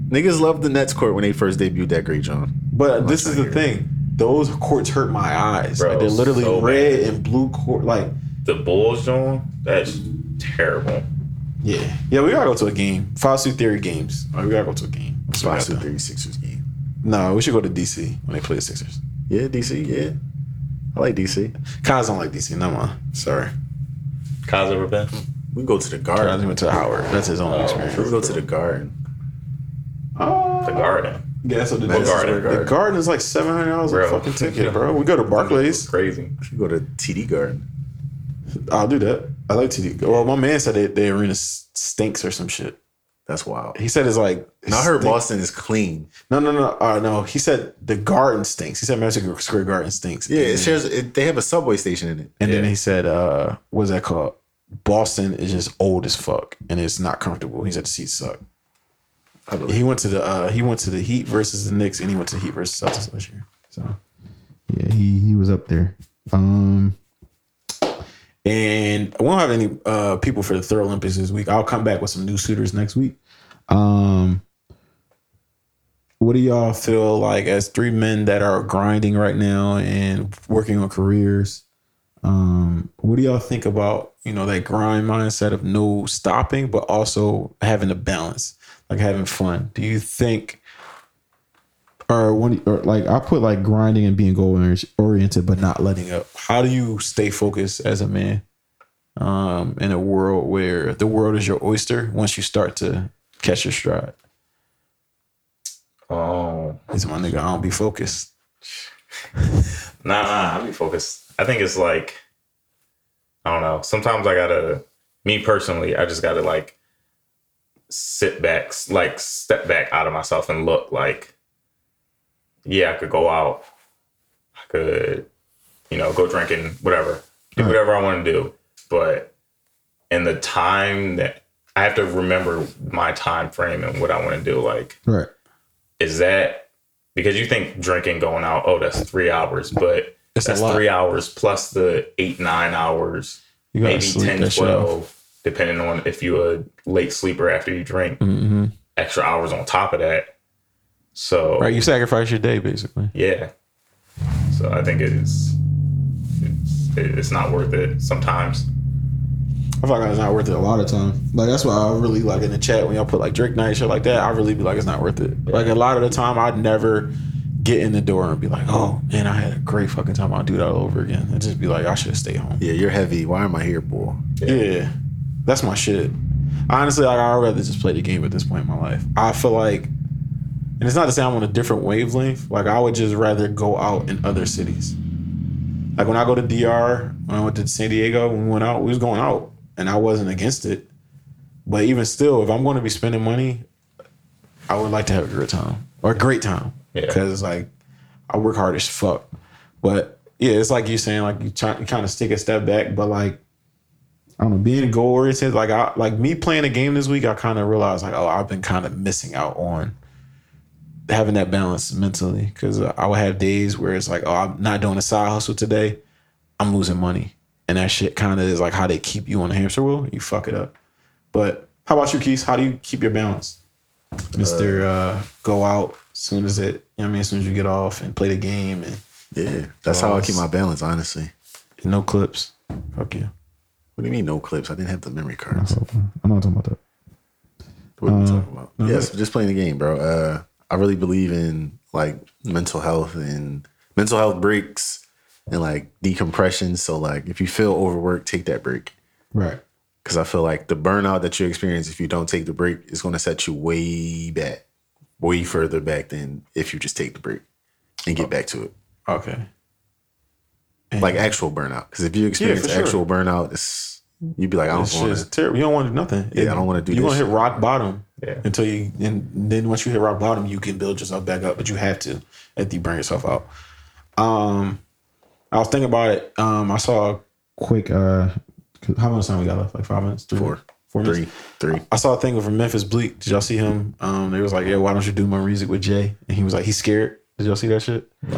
Niggas love the Nets court when they first debuted that great John. But this is trying the to thing. Those courts hurt my eyes. Bro, like they're literally so red bad. and blue court. Like The Bulls, John. That's terrible. yeah, yeah. We gotta go to a game. Fossil theory games. Like, we gotta go to a game. That's what we Five gotta do. 36ers game. No, we should go to DC when they play the Sixers. Yeah, DC, yeah. I like DC. Kaz don't like DC. Never mind. Sorry. Kai's ever been? We go to the Kaz garden. went to Howard. That's his own Oh. experience. Uh, We go to the garden. The Garden. Yeah, that's what the, Madison that's Garden. where- the garden is like (laughs) seven hundred dollars a Bro. fucking ticket, bro. We go to Barclays. Crazy. We go to TD Garden. I'll do that. I like TD. Well, my man said that the arena s- stinks or some shit. That's wild. He said it's like. And I heard stink- Boston is clean. No, no, no, uh, no. He said the garden stinks. He said Madison Square Garden stinks. Yeah, it and, shares. It, they have a subway station in it. and then yeah. he said, uh, "What's that called? Boston is just old as fuck, and it's not comfortable." He said the seats suck. I believe. He went to the uh, he went to the Heat versus the Knicks, and he went to the Heat versus Celtics last year. So Yeah, he he was up there. Um, And we don't have any uh, people for the Third Olympics this week. I'll come back with some new suitors next week. Um, what do y'all feel like as three men that are grinding right now and working on careers? Um, what do y'all think about you know that grind mindset of no stopping, but also having a balance, like having fun? Do you think? or when or like I put like grinding and being goal orig- oriented, but not letting up. How do you stay focused as a man um, in a world where the world is your oyster once you start to catch your stride? Oh, It's my nigga, I don't be focused. nah, nah, I be focused. I think it's like, I don't know. Sometimes I gotta, me personally, I just gotta like sit back, s- like step back out of myself and look like, yeah, I could go out, I could, you know, go drinking, whatever, do Right. whatever I want to do, but in the time that I have to remember my time frame and what I want to do, like Right. is that because you think drinking going out oh that's three hours but It's that's a lot. three hours plus the eight nine hours You gotta maybe sleep 10 that shit off. 12 depending on if you a late sleeper after you drink Mhm. extra hours on top of that so Right, you sacrifice your day basically. yeah so i think it's it's, it's not worth it sometimes I feel like it's not worth it a lot of time. Like that's why I really like in the chat when y'all put like drink night shit like that. I really be like it's not worth it. Like a lot of the time, I'd never get in the door and be like, oh man, I had a great fucking time. I'll do that all over again. And just be like, I should have stayed home. Yeah, you're heavy. Why am I here, boy? Yeah. that's my shit. Honestly, like I'd rather just play the game at this point in my life. I feel like, and it's not to say I'm on a different wavelength. Like I would just rather go out in other cities. Like when I go to DR, when I went to San Diego, when we went out, we was going out, and I wasn't against it. But even still, if I'm going to be spending money, I would like to have a good time or a great time Yeah. because like I work hard as fuck. But yeah, it's like you saying like you try, you kind of take a step back, but like I don't know, being goal oriented, like I like me playing a game this week, I kind of realized like, oh, I've been kind of missing out on having that balance mentally because I would have days where it's like, oh, I'm not doing a side hustle today, I'm losing money, and that shit kind of is like how they keep you on the hamster wheel. You fuck it up. But how about you, Keith? How do you keep your balance, Mister? Uh, go out soon as it, you know what I mean, as soon as you get off and play the game and Yeah, that's how I keep my balance. Honestly, no clips. Fuck you. what do you mean no clips? I didn't have the memory cards. I'm not talking about that. What are we talking about? Yes, just playing the game, bro. Uh, I really believe in like mental health and mental health breaks and like decompression. So like, if you feel overworked, take that break Right. because I feel like the burnout that you experience if you don't take the break is going to set you way back, way further back than if you just take the break and get back to it. Okay. And Like actual burnout, because if you experience sure. actual burnout, it's you'd be like, I It's don't want to. just terrible. You don't want to do nothing. Yeah, I don't wanna do You're this. gonna hit rock bottom. Yeah. Until you and then once you hit rock bottom, you can build yourself back up, but you have to if you bring yourself out. Um, I was thinking about it. Um, I saw a quick. Uh, how much time we got left? Like five minutes, three, Four. four minutes. Three, three. I saw a thing from Memphis Bleak. Did y'all see him? Um, they was like, "Yeah, why don't you do my music with Jay?" And he was like, "He's scared." Did y'all see that shit? I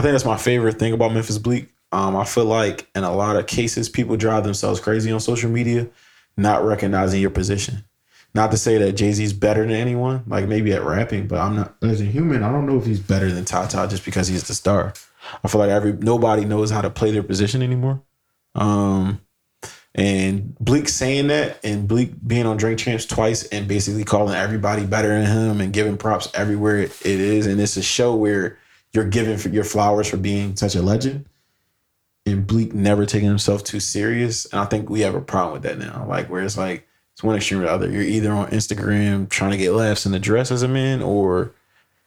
think that's my favorite thing about Memphis Bleak. Um, I feel like in a lot of cases, people drive themselves crazy on social media, not recognizing your position. Not to say that Jay Z's better than anyone, like maybe at rapping, but I'm not as a human. I don't know if he's better than Tata just because he's the star. I feel like every nobody knows how to play their position anymore. Um, and Bleak saying that and Bleak being on Drink Champs twice and basically calling everybody better than him and giving props everywhere it is. And it's a show where you're giving for your flowers for being such a legend. And Bleak never taking himself too serious. And I think we have a problem with that now. Like where it's like it's one extreme or the other. You're either on Instagram trying to get laughs in the dress as a man, or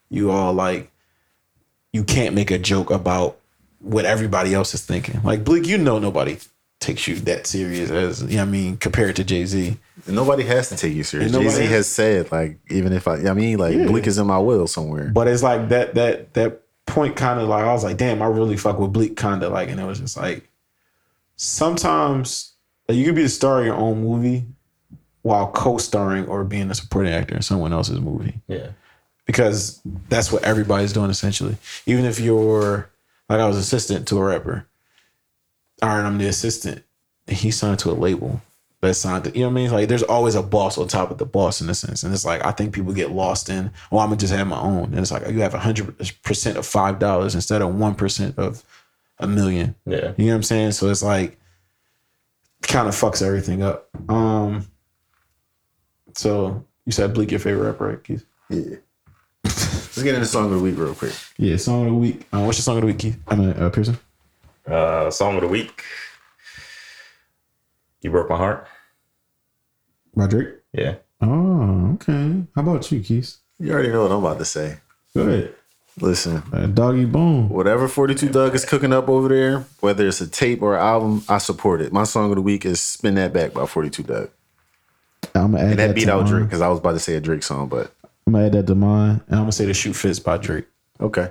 you all like you can't make a joke about what everybody else is thinking. Like Bleak, you know nobody takes you that serious as you know what I mean compared to Jay Z. And nobody has to take you And serious. Jay nobody Z has- has said, like, even if I, I mean, like, Bleak is in my will somewhere. But it's like that that that point kind of like I was like, damn, I really fuck with Bleak kind of like, and it was just like sometimes like, you could be the star of your own movie while co-starring or being a supporting actor in someone else's movie Yeah. because that's what everybody's doing essentially. Even if you're like I was assistant to a rapper, all right, I'm the assistant. And he signed to a label that signed. To, you know what I mean? Like there's always a boss on top of the boss in a sense, and it's like I think people get lost in. Oh, I'm gonna just have my own, and it's like you have hundred percent of five dollars instead of one percent of a million. Yeah. You know what I'm saying? So it's like kind of fucks everything up. Um. So you said Bleak your favorite rapper, right, Keith? Yeah. Let's get into song of the week real quick. Yeah, song of the week. Uh, what's your song of the week, Keith? I mean, uh, Pearson. Uh, song of the week. You broke my heart. By Drake. Yeah. Uh, Oh, okay. How about you, Keith? You already know what I'm about to say. Go ahead. Listen, Uh, doggy bone. whatever 42 Doug is cooking up over there, whether it's a tape or album, I support it. My song of the week is Spin That Back by 42 Doug. I'm gonna add And that, that beat to out mine. Drake because I was about to say a Drake song, but I'm gonna add that to mine. And I'm gonna say the shoot fits by Drake. okay.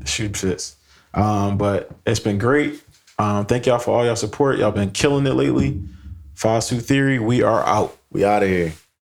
The shoot fits. Um, but it's been great. Um, thank y'all for all y'all support. Y'all been killing it lately. Fasu Theory, we are out. We out of here.